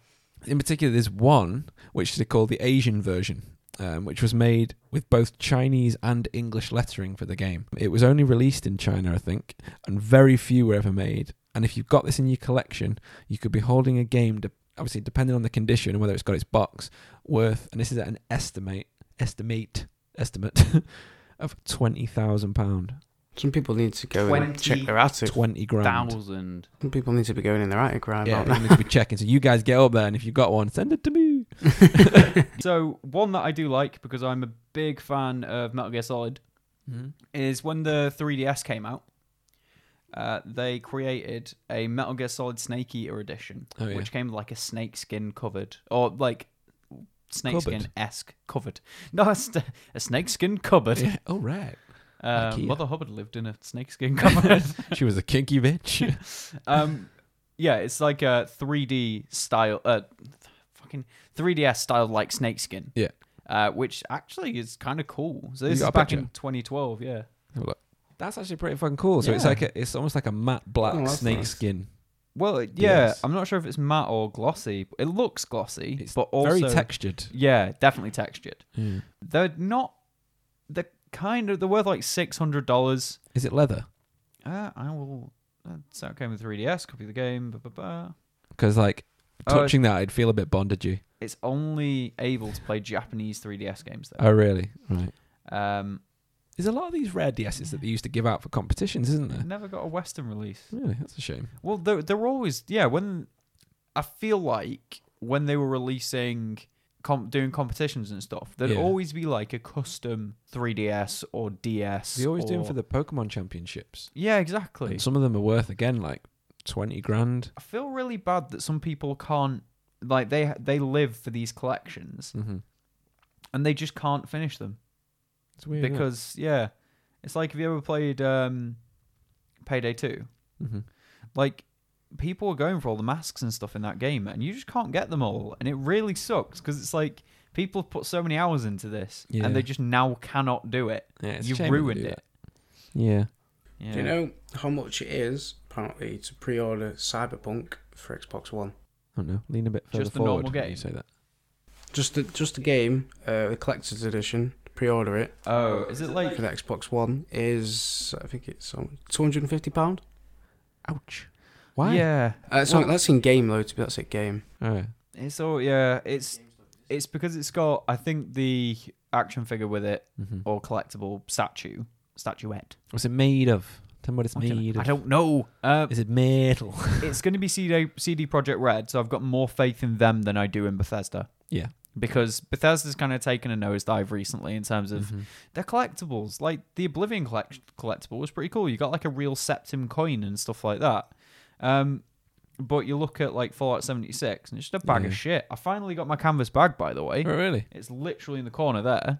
in particular, there's one which they call the Asian version, um, which was made with both Chinese and English lettering for the game. It was only released in China, I think, and very few were ever made. And if you've got this in your collection, you could be holding a game, de- obviously depending on the condition and whether it's got its box, worth, and this is at an estimate, estimate, estimate of twenty thousand pound, Some people need to go and check their attic. twenty grand. Thousand. Some people need to be going in their attic right Yeah, about we need to be checking. So you guys get up there, and if you've got one, send it to me. now. So one that I do like because I'm a big fan of Metal Gear Solid is when the 3DS came out. Uh, they created a Metal Gear Solid Snake Eater edition, Oh, yeah. which came with like a snake skin covered or like snake Cupboard. skin esque covered. No, a, st- a snake skin cupboard. Yeah. Oh right, Uh, Ikea. Mother Hubbard lived in a snake skin cupboard. she was a kinky bitch. um, yeah, it's like a 3D style, uh, fucking 3DS style like snake skin. Yeah. Uh, which actually is kind of cool. So You this got is a back picture? in 2012. Yeah. That's actually pretty fucking cool. So it's Yeah. like a, it's almost like a matte black Oh, that's snake nice. skin. Well, it- yeah, Yes. I'm not sure if it's matte or glossy. It looks glossy, It's but also Very textured. yeah, definitely textured. Yeah. They're not. They're kind of. They're worth like six hundred dollars. Is it leather? Uh, I will. That's how it came with 3DS. Copy the game. Blah, blah, blah. Because like Oh, touching that, I'd feel a bit bondagey. It's only able to play Japanese 3DS games though. Oh really? Right. Um, There's a lot of these rare DSs that they used to give out for competitions, isn't there? never got a Western release. Really, that's a shame. Well, they're, they're always yeah. When I feel like when they were releasing, com- doing competitions and stuff, there'd Yeah. always be like a custom 3DS or DS. They always do them or- for the Pokemon Championships. yeah, exactly. And some of them are worth again like twenty grand. I feel really bad that some people can't like they they live for these collections Mm-hmm. and they just can't finish them It's weird because yeah, it's like have you ever played um, Payday Two? hmm like people are going for all the masks and stuff in that game and you just can't get them all and it really sucks because it's like people have put so many hours into this Yeah. and they just now cannot do it Yeah, it's a you've shame when they ruined do it Yeah. yeah. Do you know how much it is apparently to pre-order Cyberpunk for Xbox One? I don't know. Lean a bit further Just the normal forward. when You game? say that. Just the just the game, uh, the collector's edition. Pre-order it oh is it like for the Xbox One is I think it's um, two hundred and fifty pound. Ouch. Why? yeah Uh, so that's in game though. To be that's at game. Oh, yeah. it's all yeah it's it's because it's got i think the action figure with it Mhm. or collectible statue statuette What's it made of? Tell me what it's I don't- made i of. don't know uh, Is it metal? it's going to be cd cd project red so i've got more faith in them than i do in bethesda Yeah. because Bethesda's kind of taken a nosedive recently in terms of Mm-hmm. their collectibles. Like the Oblivion collect- collectible was pretty cool. You got like a real septim coin and stuff like that. Um, but you look at like Fallout 76 and it's just a bag of Yeah. shit. I finally got my canvas bag, by the way. Oh, really? It's literally in the corner there.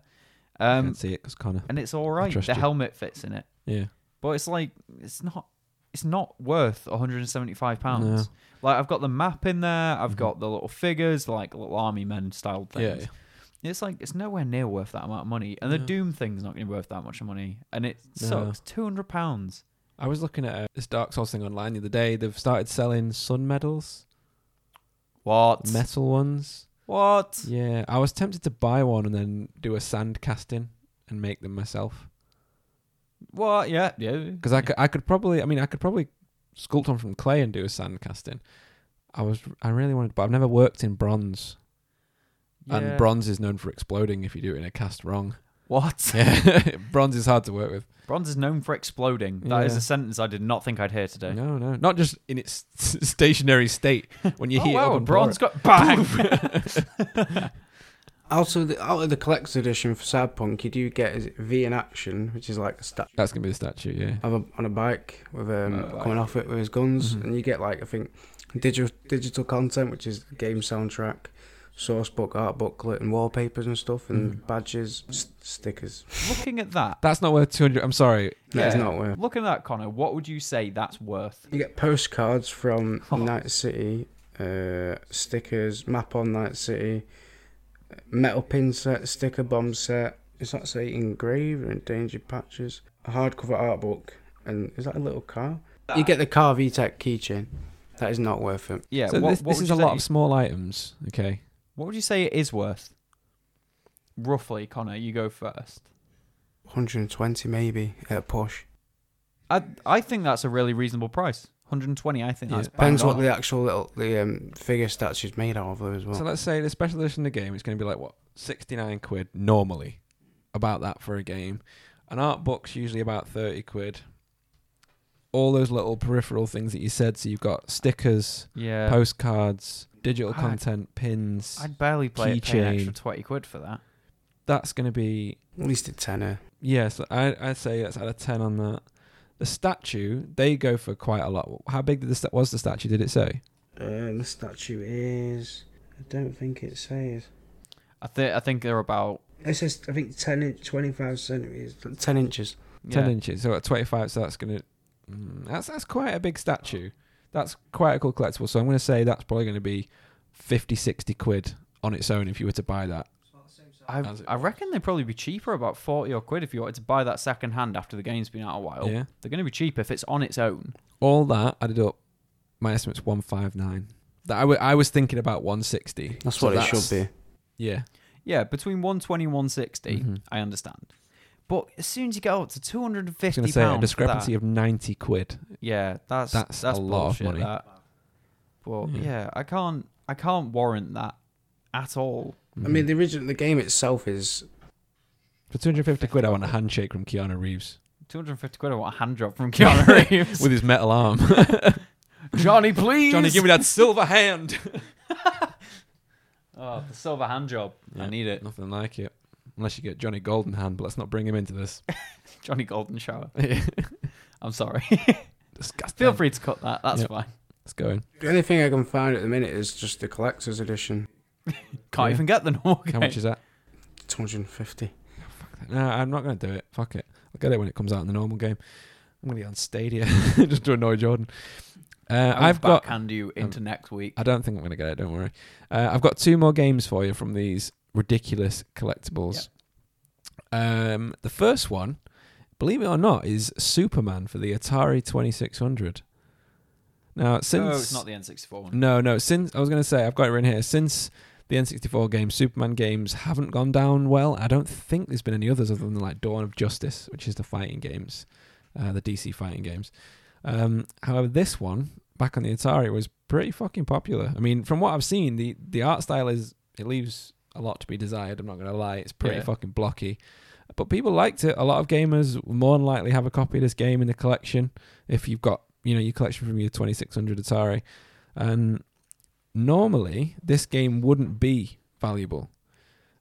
I Um, can't see it because Connor. and it's all right. trust The you. helmet fits in it, Yeah. but it's like it's not. It's not worth 175 pounds. No. Like I've got the map in there. I've Mhm. got the little figures, like little army men style things. Yeah. yeah. It's like it's nowhere near worth that amount of money, and the No. Doom thing's not going to be worth that much of money, and it No. sucks. Two hundred pounds. I was looking at uh, this Dark Souls thing online the other day. They've started selling sun medals, What? metal ones. what? Yeah, I was tempted to buy one and then do a sand casting and make them myself What? Yeah, yeah. because I could, I could probably, I mean, I could probably sculpt one from clay and do a sand casting. I was, I really wanted, but I've never worked in bronze, Yeah. and bronze is known for exploding if you do it in a cast wrong. What? Yeah, bronze is hard to work with. Bronze is known for exploding. That is Yeah. a sentence I did not think I'd hear today. No, no, not just in its stationary state when you oh heat it up wow! and pour Bronze it. got bang. Also, the, out of the collector's edition for Cyberpunk, you do get is it V in action, which is like a statue That's gonna be the statue, yeah. of a, on a bike with um, On a bike. coming off it with his guns, Mhm. and you get like I think digital digital content, which is the game soundtrack, source book, art booklet, and wallpapers and stuff, and badges, s- stickers. Looking at that, That's not worth two hundred. I'm sorry. That is Yeah. not uh, worth. looking at that, Connor. What would you say that's worth? You get postcards from Oh. Night City, uh, stickers, map on Night City, metal pin set, sticker bomb set. Is that say engraved or endangered patches? A hardcover art book, and is that a little car? You get the car VTEC keychain. That is not worth it. Yeah. so what, this, what this would is you a lot say- of small items. Okay. What would you say it is worth? roughly, Connor, you go first. 120 maybe at a push. I I think that's a really reasonable price. 120, I think Yeah. that's bang Depends what on. the actual little the um, figure statue's made out of though Oh. as well. So let's say the special edition of the game is going to be like what sixty nine quid normally, about that for a game. An art book's usually about thirty quid. All those little peripheral things that you said. So you've got stickers, Yeah. postcards, digital I'd- content, pins. I'd barely play it, pay an extra Keychain. 20 quid for that. That's going to be At least a tenner. yes. I I say that's out of ten on that. The statue they go for quite a lot. How big did the sta- was the statue? Did it say? Um, the statue is. I don't think it says. I think I think they're about It says I think 10 inch, 25 centimeters, 10 inches. Ten yeah. inches. So at twenty five, so that's gonna mm, that's that's quite a big statue. That's quite a cool collectible. So I'm gonna say that's probably gonna be 50, 60 quid on its own if you were to buy that. I, As it I reckon they'd probably be cheaper, about 40 or quid, if you wanted to buy that second hand after the game's been out a while. Yeah. They're going to be cheaper if it's on its own. Oh, All that added up, my estimate's one five nine. That I wa- I was thinking about one sixty. That's what it should be. Yeah. Yeah, between 120 and 160, Mhm. I understand. But as soon as you get up to I 250 was gonna pounds, say a for discrepancy that- of ninety quid. yeah, that's that's that's, a lot of bullshit, money. That. But Yeah. yeah. I can't I can't warrant that at all. I mean, the original the game itself is Mm. for two hundred fifty quid, I want a handshake from Keanu Reeves 250 quid, I want a hand job from Keanu Reeves. with his metal arm. Johnny, please. Johnny, give me that silver hand. Oh, the silver hand job. Yeah. I need it. Nothing like it, unless you get Johnny Golden Hand. But let's not bring him into this. Johnny Golden Shower. I'm sorry. Disgusting. Feel free to cut that. That's Yep. fine. Let's go in. the only thing I can find at the minute is just the collector's edition, Yeah. Can't even get the normal game. How much is that? 250. No, I'm not going to do it. Fuck it. I'll get it when it comes out in the normal game. I'm going to be on Stadia just to annoy Jordan. Uh, I I've got. backhand you into next week. I don't think I'm going to get it. Don't worry. Uh, I've got two more games for you from these ridiculous collectibles. Um, the first one, believe it or not, is Superman for the Atari 2600. Now, since No, Oh, it's not the N64 one. No, no. Since I was going to say, I've got it written here. Since the N64 games, Superman games haven't gone down well. I don't think there's been any others other than like Dawn of Justice, which is the fighting games, uh, the DC fighting games. Um, however, this one back on the Atari was pretty fucking popular. I mean, from what I've seen, the the art style is it leaves a lot to be desired. I'm not going to lie, it's pretty Yeah. fucking blocky. But people liked it. A lot of gamers will more than likely have a copy of this game in the collection if you've got you know your collection from your 2600 Atari. And normally, this game wouldn't be valuable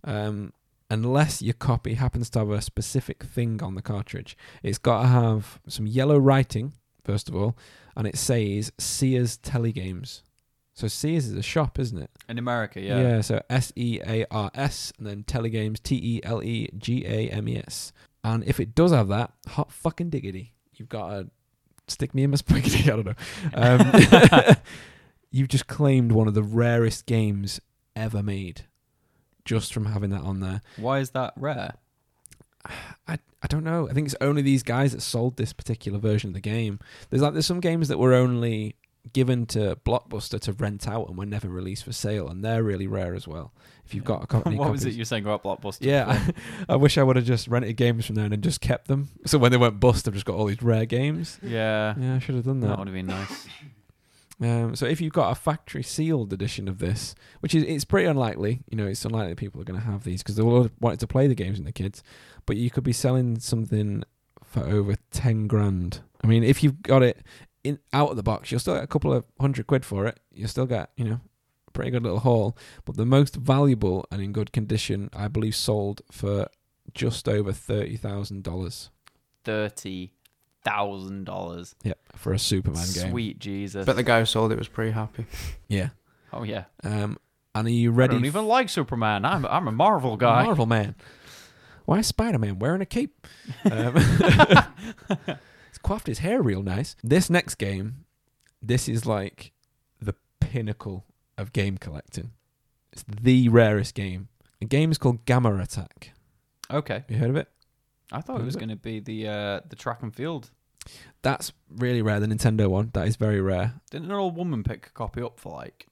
um, unless your copy happens to have a specific thing on the cartridge. It's got to have some yellow writing, first of all, and it says Sears Telegames. So Sears is a shop, isn't it? In America, yeah. so S E A R S and then Telegames T E L E G A M E S. And if it does have that, hot fucking diggity, you've got to stick me in my spaghetti. I don't know. Um, you've just claimed one of the rarest games ever made just from having that on there. Why is that rare? I, I don't know. I think it's only these guys that sold this particular version of the game. There's like there's some games that were only given to Blockbuster to rent out and were never released for sale, and they're really rare as well. If you've got a what company, was it you were saying about Blockbuster? yeah, I, wish I would have just rented games from there and then just kept them. So when they went bust, I've just got all these rare games. Yeah. Yeah, I should have done That that. would have been nice. Um, so if you've got a factory sealed edition of this, which is it's pretty unlikely, you know, it's unlikely that people are going to have these because they all wanted to play the games in the kids, but you could be selling something for over ten grand. I mean, if you've got it in out of the box, you'll still get a couple of hundred quid for it. You'll still get, you know, a pretty good little haul. But the most valuable and in good condition, I believe, sold for just over thirty thousand dollars. $30,000. Yep, for a Superman game. Sweet Jesus. But the guy who sold it was pretty happy. Yeah. oh, yeah. Um, and are you I ready? don't even like Superman. I'm, I'm a Marvel guy. Marvel Man. Why is Spider Man wearing a cape? Um, he's coiffed his hair real nice. This next game, this is like the pinnacle of game collecting. It's the rarest game. The game is called Gamma Attack. Okay. You heard of it? I thought Who it is was it? going to be the uh, the track and field. That's really rare, the Nintendo one. That is very rare. Didn't an old woman pick a copy up for like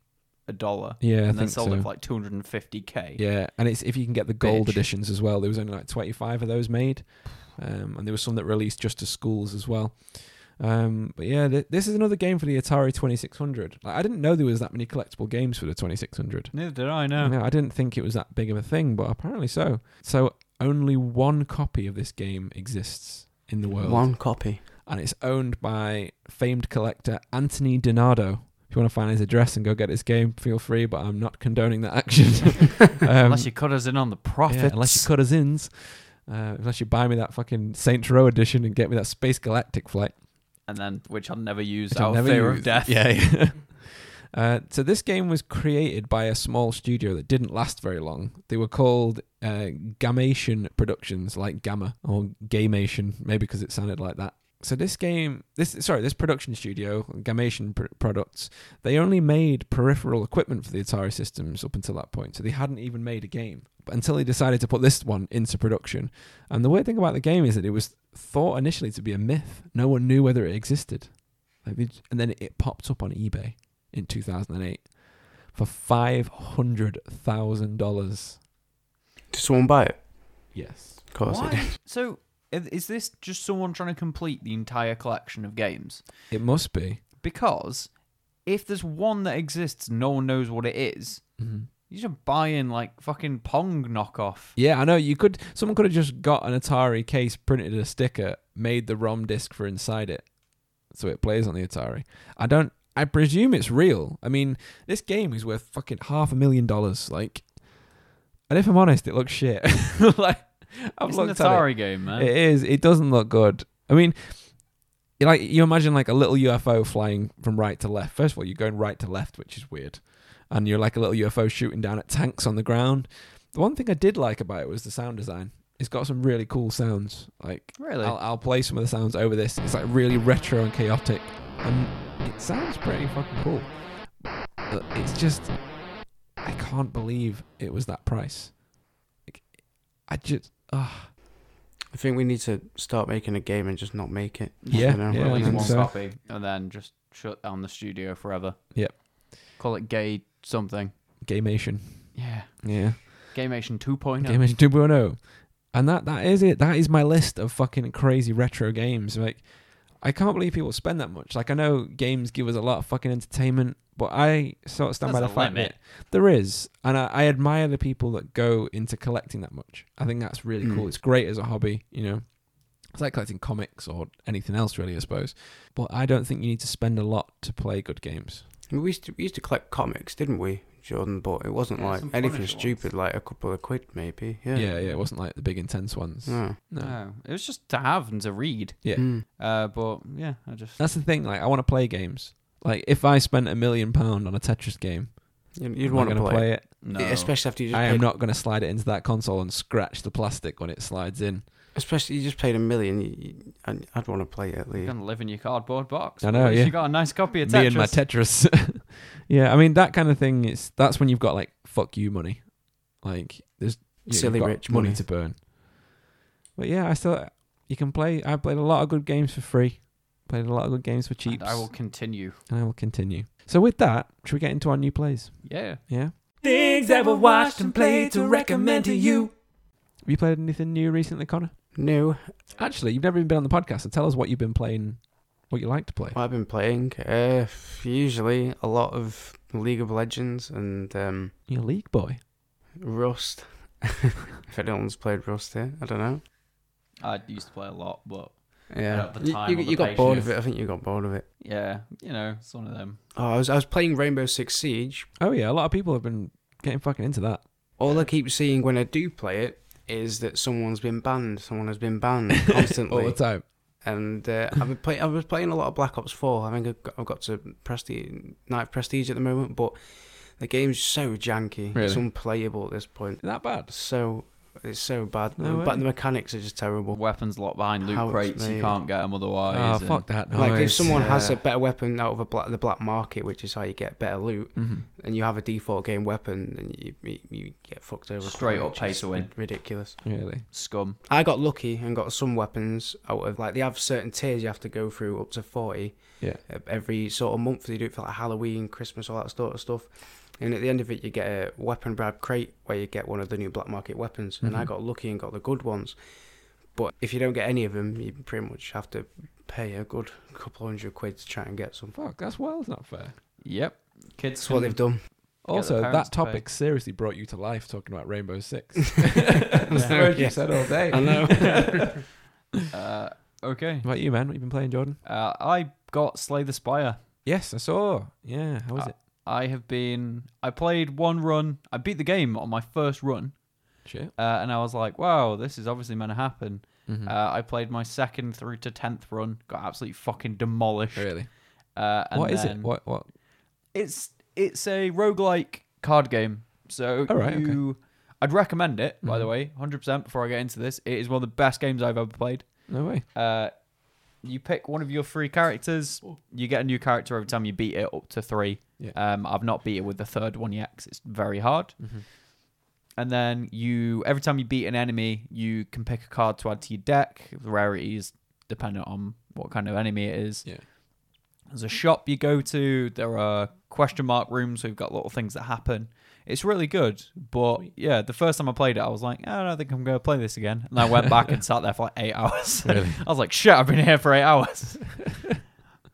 a dollar. Yeah, I and then think sold it so. for like 250k. Yeah, and it's if you can get the gold Bitch. editions as well. There was only like twenty five of those made, um, and there was some that released just to schools as well. Um, but yeah, th- this is another game for the Atari Twenty Six Hundred. Like, I didn't know there was that many collectible games for the Twenty Six Hundred. Neither did I know. No, I didn't think it was that big of a thing, but apparently so. So only one copy of this game exists in the world, One copy. and it's owned by famed collector Anthony Donato. If you want to find his address and go get his game, feel free. But I'm not condoning that action. Um, unless you cut us in on the profits. yeah, unless you cut us ins. Uh, unless you buy me that fucking Saints Row edition and get me that Space Galactic flight. and then which I'll never use which out I'll of never fear use. of death. Yeah. yeah. uh, so this game was created by a small studio that didn't last very long. They were called uh, Gamation Productions, like Gamma or Gamation, maybe because it sounded like that. So this game, this sorry, this production studio, Gamation Pr- Products, they only made peripheral equipment for the Atari systems up until that point. So they hadn't even made a game But until they decided to put this one into production. And the weird thing about the game is that it was thought initially to be a myth. No one knew whether it existed. Like they, and then it popped up on eBay in 2008 for $500,000. Did someone buy it? Yes. Of course it Why? did. So i- is this just someone trying to complete the entire collection of games? It must be. Because if there's one that exists, no one knows what it is. Mhm. You're just buying like fucking Pong knockoff. Yeah, I know. You could. Someone could have just got an Atari case, printed a sticker, made the ROM disc for inside it, so it plays on the Atari. I don't. I presume it's real. I mean, this game is worth fucking half a million dollars. Like, and if I'm honest, it looks shit. like, I've It's an looked at it. Atari game, man. It is. It doesn't look good. I mean, you like you imagine like a little UFO flying from right to left. First of all, you're going right to left, which is weird, and you're like a little UFO shooting down at tanks on the ground. The one thing I did like about it was the sound design. It's got some really cool sounds. Like Really? I'll, I'll play some of the sounds over this. It's like really retro and chaotic, and it sounds pretty fucking cool. But it's just, I can't believe it was that price. Like, I just, ah. I think we need to start making a game and just not make it. Yeah, You know, yeah, Release I and think one so. copy and then just shut down the studio forever. Yep. Call it gay something. Gamation. Yeah. Yeah. Gamation 2.0. Gamation 2.0. oh. And that that is it. That is my list of fucking crazy retro games. Like I can't believe people spend that much. Like I know games give us a lot of fucking entertainment, but I sort of stand by There's the a fact limit. that there is, and I, I admire the people that go into collecting that much. I think that's really Mm. cool. It's great as a hobby, you know. It's like collecting comics or anything else, really, I suppose. But I don't think you need to spend a lot to play good games. I mean, we used to we used to collect comics, didn't we, Jordan? But it wasn't Yeah, like some anything Punisher ones. stupid, like a couple of quid maybe. Yeah. Yeah, yeah. it wasn't like the big intense ones. No. No. No, Oh, it was just to have and to read. Yeah. Mm. Uh, but yeah, I just That's the thing. Like, I want to play games. Like, if I spent a million pound on a Tetris game, You- You'd am I want to gonna play, it. it. no. especially after you just I paid, am not going to slide it into that console and scratch the plastic when it slides in. Especially you just paid a million. You, you, and I'd want to play it at You're least. gonna live in your cardboard box. I know, At least yeah. You got a nice copy of Tetris. Me and my Tetris. yeah, I mean that kind of thing is that's when you've got like fuck you money, like there's you know, you've Silly got rich money money. to burn. But yeah, I still you can play. I played a lot of good games for free. Played a lot of good games for cheap. And I will continue. and I will continue. So with that, should we get into our new plays? Yeah. Yeah. Things that were watched and played to recommend to you. Have you played anything new recently, Connor? No, Actually, you've never even been on the podcast, so tell us what you've been playing, what you like to play. what I've been playing, uh, usually a lot of League of Legends and um, You're a league boy. Rust. if anyone's played Rust here, I don't know. I used to play a lot, but Yeah, At the You- time you, or the you got bored of patience. it. I think you got bored of it. yeah, you know, it's one of them. Oh, I was I was playing Rainbow Six Siege. Oh yeah, a lot of people have been getting fucking into that. All I keep seeing when I do play it is that someone's been banned. Someone has been banned all the constantly. time. and uh, I've been play- I was playing a lot of Black Ops Four. I think I've got, I've got to Prestige Knight Prestige at the moment, but the game's so janky. It's Really? unplayable at this point. Is that bad? So it's so bad. No but way. the mechanics are just terrible. Weapons locked behind loot How it's crates, you made. can't get them otherwise. Oh, and- fuck that noise. Like if someone has yeah. a better weapon out of a black, the black market, which is how you get better loot, Mm-hmm. Mhm. and you have a default game weapon, and you you, you get fucked over. Straight for it, up which pay is to win. rid- Ridiculous. Really? Scum. I got lucky and got some weapons out of like they have certain tiers you have to go through up to forty Yeah. uh, every sort of month. They do it for like Halloween, Christmas, all that sort of stuff. And at the end of it, you get a weapon grab crate where you get one of the new black market weapons. And I Mhm. got lucky and got the good ones. But if you don't get any of them, you pretty much have to pay a good couple hundred quid to try and get some. Fuck, that's well not fair. Yep. Kids. That's what they've done. the Also, parents that to pay. topic seriously brought you to life talking about Rainbow Six. That's the word you Yes. said all day. I know. uh, okay. What about you, man? What you been playing, Jordan? Uh, I got Slay the Spire. Yes, I saw. Yeah, how was Uh, it? I have been. I played one run. I beat the game on my first run, Shit. uh, and I was like, "Wow, this is obviously meant to happen." Mhm. Uh, I played my second through to tenth run. Got absolutely fucking demolished. really? Uh, and What is it? then- What? What? It's it's a roguelike card game. So All right, okay. you, I'd recommend it. By the Mhm. way, hundred percent. Before I get into this, it is one of the best games I've ever played. No way. Uh, you pick one of your three characters. You get a new character every time you beat it up to three. Yeah. Um, I've not beat it with the third one yet 'cause it's very hard. And then you, every time you beat an enemy, you can pick a card to add to your deck. The rarity is dependent on what kind of enemy it is. Yeah. There's a shop you go to. There are question mark rooms. We've got little things that happen. It's really good, but yeah, the first time I played it, I was like, "Oh, I don't think I'm going to play this again. And I went back and sat there for like eight hours. Really? I was like, shit, I've been here for eight hours.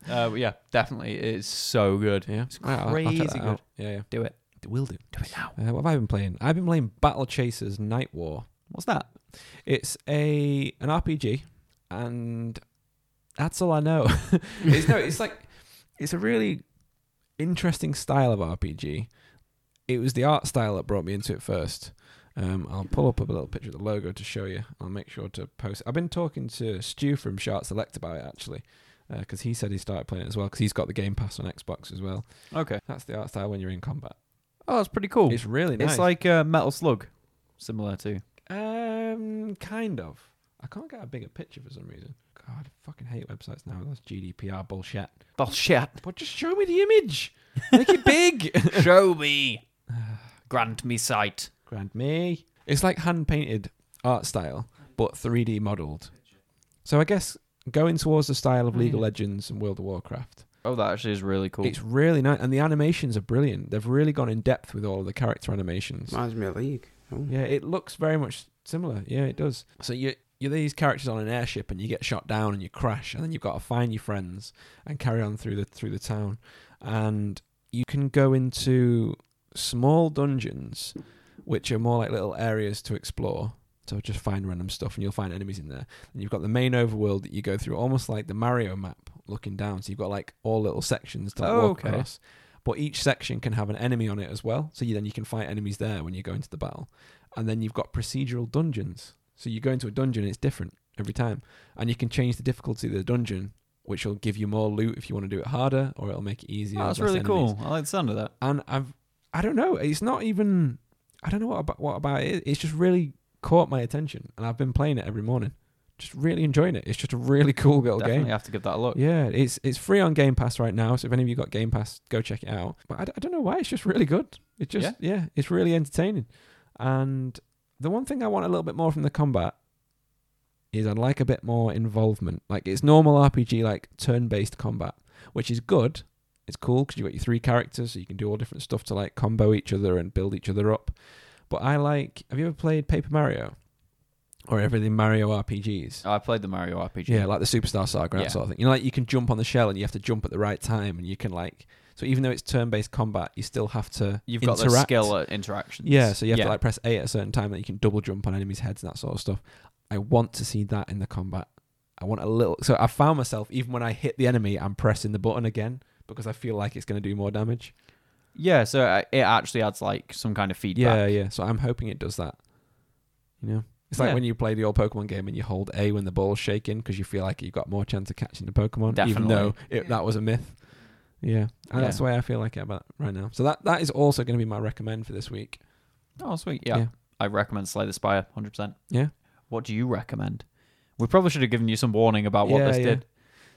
uh, but yeah, definitely, it's so good. Yeah. It's Right, I'll- I'll check crazy that good. out. Yeah, yeah. Do it, It will do. do it now. Uh, what have I been playing? I've been playing Battle Chasers Night War. What's that? It's a an RPG, and that's all I know. it's no, it's like it's a really interesting style of RPG. It was the art style that brought me into it first. Um, I'll pull up a little picture of the logo to show you. I'll make sure to post. I've been talking to Stu from Shart Select about it actually, because he said he started playing it as well because he's got the Game Pass on Xbox as well. Okay. That's the art style when you're in combat. Oh, it's pretty cool. It's, It's really nice. like uh, Metal Slug, similar to. Um, kind of. I can't get a bigger picture for some reason. God, I fucking hate websites now. That's GDPR bullshit. Bullshit. But just show me the image. Make it big. Show me. Grant me sight. Grant me. It's like hand painted art style, but 3D modeled. So I guess going towards the style of League of Legends and World of Warcraft. Oh, that actually is really cool. It's really nice, and the animations are brilliant. They've really gone in depth with all of the character animations. Reminds me of League. Oh. Yeah, it looks very much similar. Yeah, it does. So you you're these characters on an airship, and you get shot down, and you crash, and then you've got to find your friends and carry on through the through the town, and you can go into small dungeons, which are more like little areas to explore. So just find random stuff, and you'll find enemies in there. And you've got the main overworld that you go through, almost like the Mario map, looking down. So you've got like all little sections to like, Oh, walk okay. across. But each section can have an enemy on it as well, so you, then you can fight enemies there when you go into the battle and then you've got procedural dungeons. So you go into a dungeon, it's different every time, and you can change the difficulty of the dungeon, which will give you more loot if you want to do it harder, or it'll make it easier. Oh, with that's less really enemies. cool. I like the sound of that. And I've, I don't know, it's not even, I don't know what about what about it. It's just really caught my attention, and I've been playing it every morning, just really enjoying it. It's just a really cool little Definitely game. have to give that a look. Yeah, it's it's free on Game Pass right now. So if any of you got Game Pass, go check it out. But I, d- I don't know why it's just really good. It just yeah. it's really entertaining. And the one thing I want a little bit more from the combat is I'd like a bit more involvement. Like it's normal RPG, like turn-based combat, which is good. It's cool because you got your three characters, so you can do all different stuff to like combo each other and build each other up. But I like. Have you ever played Paper Mario or everything Mario RPGs? Oh, I played the Mario RPG. Yeah, like the Superstar Saga and Yeah. that sort of thing. You know, like you can jump on the shell and you have to jump at the right time, and you can like. So even though it's turn-based combat, you still have to. You've got the interact. skill at interactions. Yeah, so you have to like press A at a certain time, and you can double jump on enemies' heads and that sort of stuff. I want to see that in the combat. I want a little. So I found myself even when I hit the enemy, I'm pressing the button again because I feel like it's going to do more damage. Yeah, so uh, it actually adds like some kind of feedback. Yeah, yeah. So I'm hoping it does that. You know, it's like Yeah. when you play the old Pokemon game and you hold A when the ball's shaking because you feel like you've got more chance of catching the Pokemon, even Definitely. though it, that was a myth. Yeah, and that's the way I feel like it about right now. So that that is also going to be my recommend for this week. Oh, sweet. Yeah. Yeah. I recommend Slay the Spire 100%. Yeah. What do you recommend? We probably should have given you some warning about what Yeah, this yeah. did.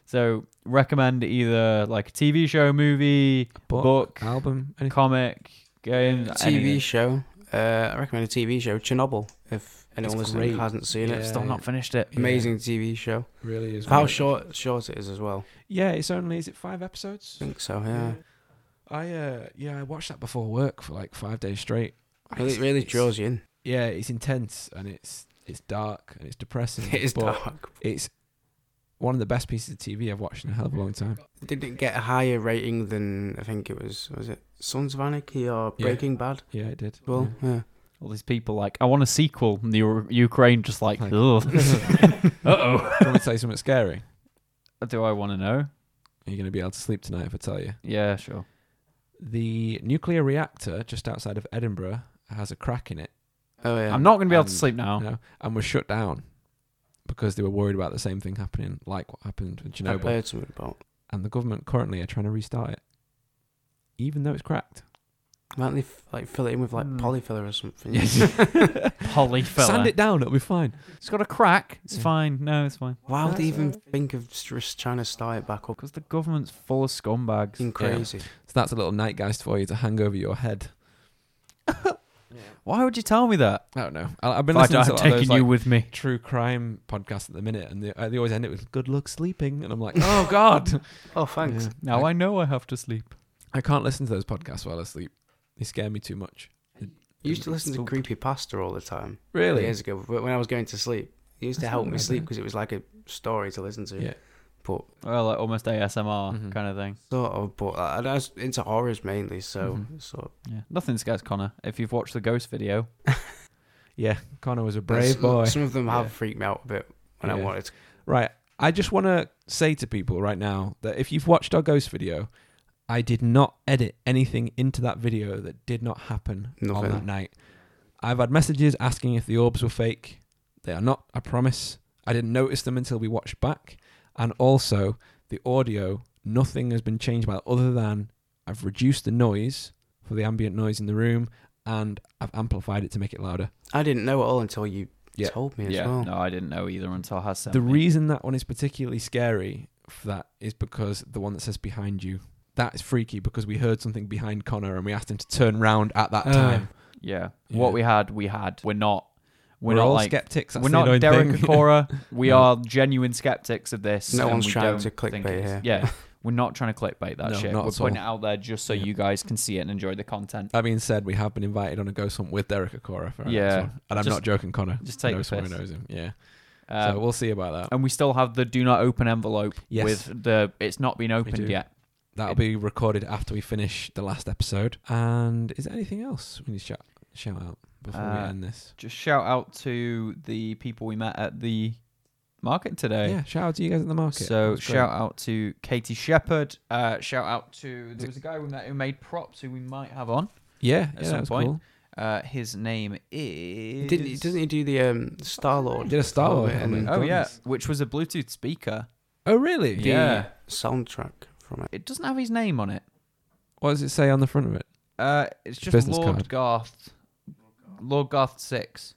So, recommend either like a TV show, movie, Book, book, album, anything. comic, game, anything. TV show. Uh, I recommend a TV show, Chernobyl. If anyone It's listening great. hasn't seen Yeah. it, Still not finished it. amazing TV show. really is How great. short short it is as well. Yeah, it's only is it five episodes? I think so. Yeah. I uh, yeah, I watched that before work for like five days straight. Well, it really It's- draws you in. Yeah, it's intense and it's it's dark and it's depressing. It is but dark. It's one of the best pieces of TV I've watched in a hell of a long time. Did it get a higher rating than I think it was? Was it Sons of Anarchy or Yeah. Breaking Bad? Yeah, it did. Well, Yeah. yeah. All these people like, I want a sequel. And the U- Ukraine just like, Like- ugh. Uh-oh. Do you want me to tell you something scary? Do I want to know? Are you going to be able to sleep tonight if I tell you? Yeah, sure. The nuclear reactor just outside of Edinburgh has a crack in it Oh yeah. I'm not going to be able to Um, sleep now. now and was shut down because they were worried about the same thing happening, like what happened with I've Chernobyl. heard something about. and the government currently are trying to restart it, even though it's cracked. Might they f- like fill it in with like Hmm. polyfiller or something? Polly Sand fella. it down; it'll be fine. It's got a crack. It's Yeah. fine. No, it's fine. Why would That's they even alright. think of just trying to start it back up? Because the government's full of scumbags. Fucking crazy. So that's a little nightgeist for you to hang over your head. Why would you tell me that? I don't know. I, I've been If listening I'd to a lot have of those taken you like, with me. true crime podcasts at the minute, and they, uh, they always end it with "Good luck sleeping," and I'm like, "Oh God!" Oh, thanks. Yeah. Now I, I know I have to sleep. I can't listen to those podcasts while I sleep. They scare me too much. I used to listen to Ooh. Creepy Pasta all the time. Really? Years ago, but when I was going to sleep, it used to That's help not me bad, sleep yeah. because it was like a story to listen to. Yeah. But Well, like almost ASMR Mhm. kind of thing. sort of, but I, I was into horrors mainly, so Mhm. sort of. Yeah. Nothing scares Connor. If you've watched the ghost video, Yeah, Connor was a there's- brave boy. Some of them have Yeah. freaked me out a bit when I Yeah. wanted to. Right. I just want to say to people right now that if you've watched our ghost video, I did not edit anything into that video that did not happen on Nothing. that night. I've had messages asking if the orbs were fake. They are not, I promise. I didn't notice them until we watched back. And also, the audio, nothing has been changed by that other than I've reduced the noise for the ambient noise in the room and I've amplified it to make it louder. I didn't know it all until you Yeah. told me as yeah, well. no, I didn't know either until Has sent The me. reason that one is particularly scary for that is because the one that says behind you, that is freaky because we heard something behind Connor and we asked him to turn round at that Ah. time. Yeah. Yeah. What we had, we had. We're not. We're, We're, not all like. skeptics. That's we're the not annoying Derek thing. Akora. We No. are genuine skeptics of this. No and one's we trying don't to think clickbait it's- here. Yeah. We're not trying to clickbait that No, shit. not We're at putting it all. out there just so Yeah. you guys can see it and enjoy the content. That being said, we have been invited on a ghost hunt with Derek Akora for our next Yeah. one. and I'm Just- not joking, Connor. Just I take know the someone who piss. knows him. Yeah, Uh, so we'll see about that. and we still have the do not open envelope Yes. with the it's not been do. opened yet. That'll be recorded after we finish the last episode. And is there anything else we need to shout, shout out before we Uh, end this? Just shout out to the people we met at the market today. yeah, shout out to you guys at the market. That So was great. shout out to Katie Shepherd. Uh, shout out to there was a guy we met who made props who we might have on. yeah, yeah, some that was point. cool. Uh, his name is. Didn't he, doesn't he do the um, Star We Lord Did a Star Wars Oh, helmet. Oh yeah, Guns. which was a Bluetooth speaker. Oh really? Yeah. soundtrack from it? It doesn't have his name on it. What does it say on the front of it? Uh, it's just Business Lord Garth. Lord Garth six.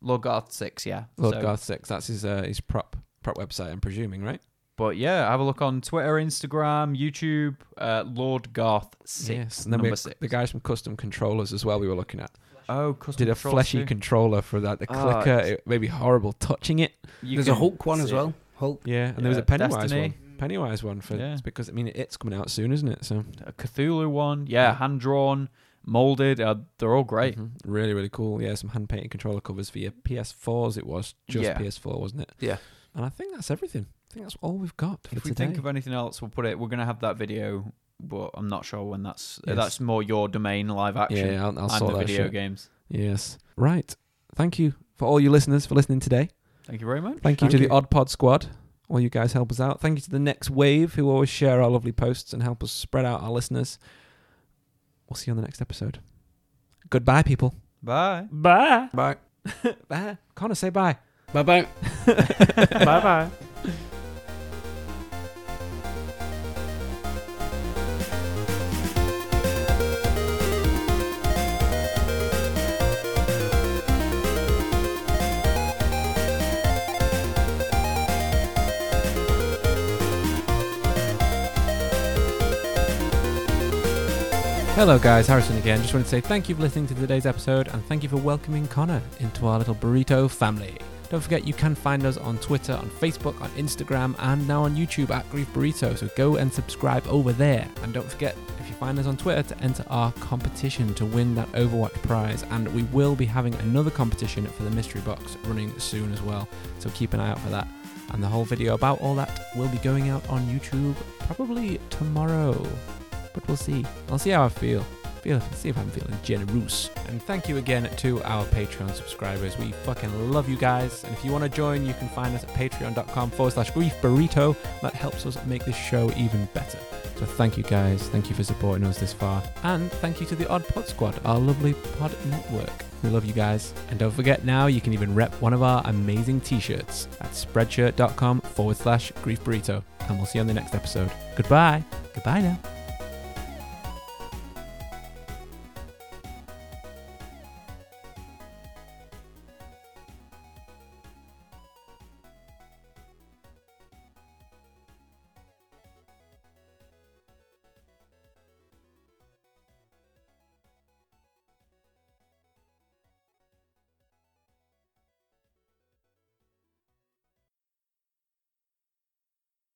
Lord Garth six. Yeah. Lord So- Garth Six. That's his uh, his prop prop website. I'm presuming, right? But yeah, have a look on Twitter, Instagram, YouTube. Uh, Lord Garth six. And then number we, six. the guys from Custom Controllers as well. We were looking at oh, custom did a controls fleshy too. controller for that. The Ah, clicker it may be horrible touching it. You There's a can Hulk one as see- well. Hulk. Yeah, and there was Yeah, a Pennywise Destiny. one. Pennywise one for Yeah. it's because I mean it's coming out soon, isn't it? So a Cthulhu one. Yeah, hand drawn, molded. Uh, they're all great. Mhm. really really cool. Yeah, some hand painted controller covers for your PS4s. It was just Yeah. PS4, wasn't it? Yeah. And I think that's everything. I think that's all we've got for If we today. think of anything else, we'll put it. We're gonna have that video, but I'm not sure when that's. uh, Yes. That's more your domain, live action, yeah, yeah, I'll, I'll and sort the that video shit. games. Yes. Right. Thank you for all you listeners for listening today. Thank you very much. Thank you Thank to you. the Odd Pod Squad. All you guys help us out. Thank you to the Next Wave, who always share our lovely posts and help us spread out our listeners. We'll see you on the next episode. Goodbye, people. Bye. Bye. Bye. Bye. Connor, say bye. Bye bye. Bye bye. Hello, guys. Harrison again. Just wanted to say thank you for listening to today's episode and thank you for welcoming Connor into our little burrito family. Don't forget, you can find us on Twitter, on Facebook, on Instagram, and now on YouTube at Grief Burrito. So go and subscribe over there. And don't forget, if you find us on Twitter, to enter our competition to win that Overwatch prize. And we will be having another competition for the mystery box running soon as well. So keep an eye out for that. And the whole video about all that will be going out on YouTube probably tomorrow. But we'll see. I'll see how I feel feel see if I'm feeling generous. And thank you again to our Patreon subscribers. We fucking love you guys. And if you want to join, you can find us at patreon.com forward slash grief burrito. That helps us make this show even better. So thank you guys. Thank you for supporting us this far. And thank you to the Odd Pod Squad, our lovely pod network. We love you guys. And don't forget now you can even rep one of our amazing t-shirts at spreadshirt.com forward slash grief burrito. And we'll see you on the next episode. Goodbye. Goodbye now.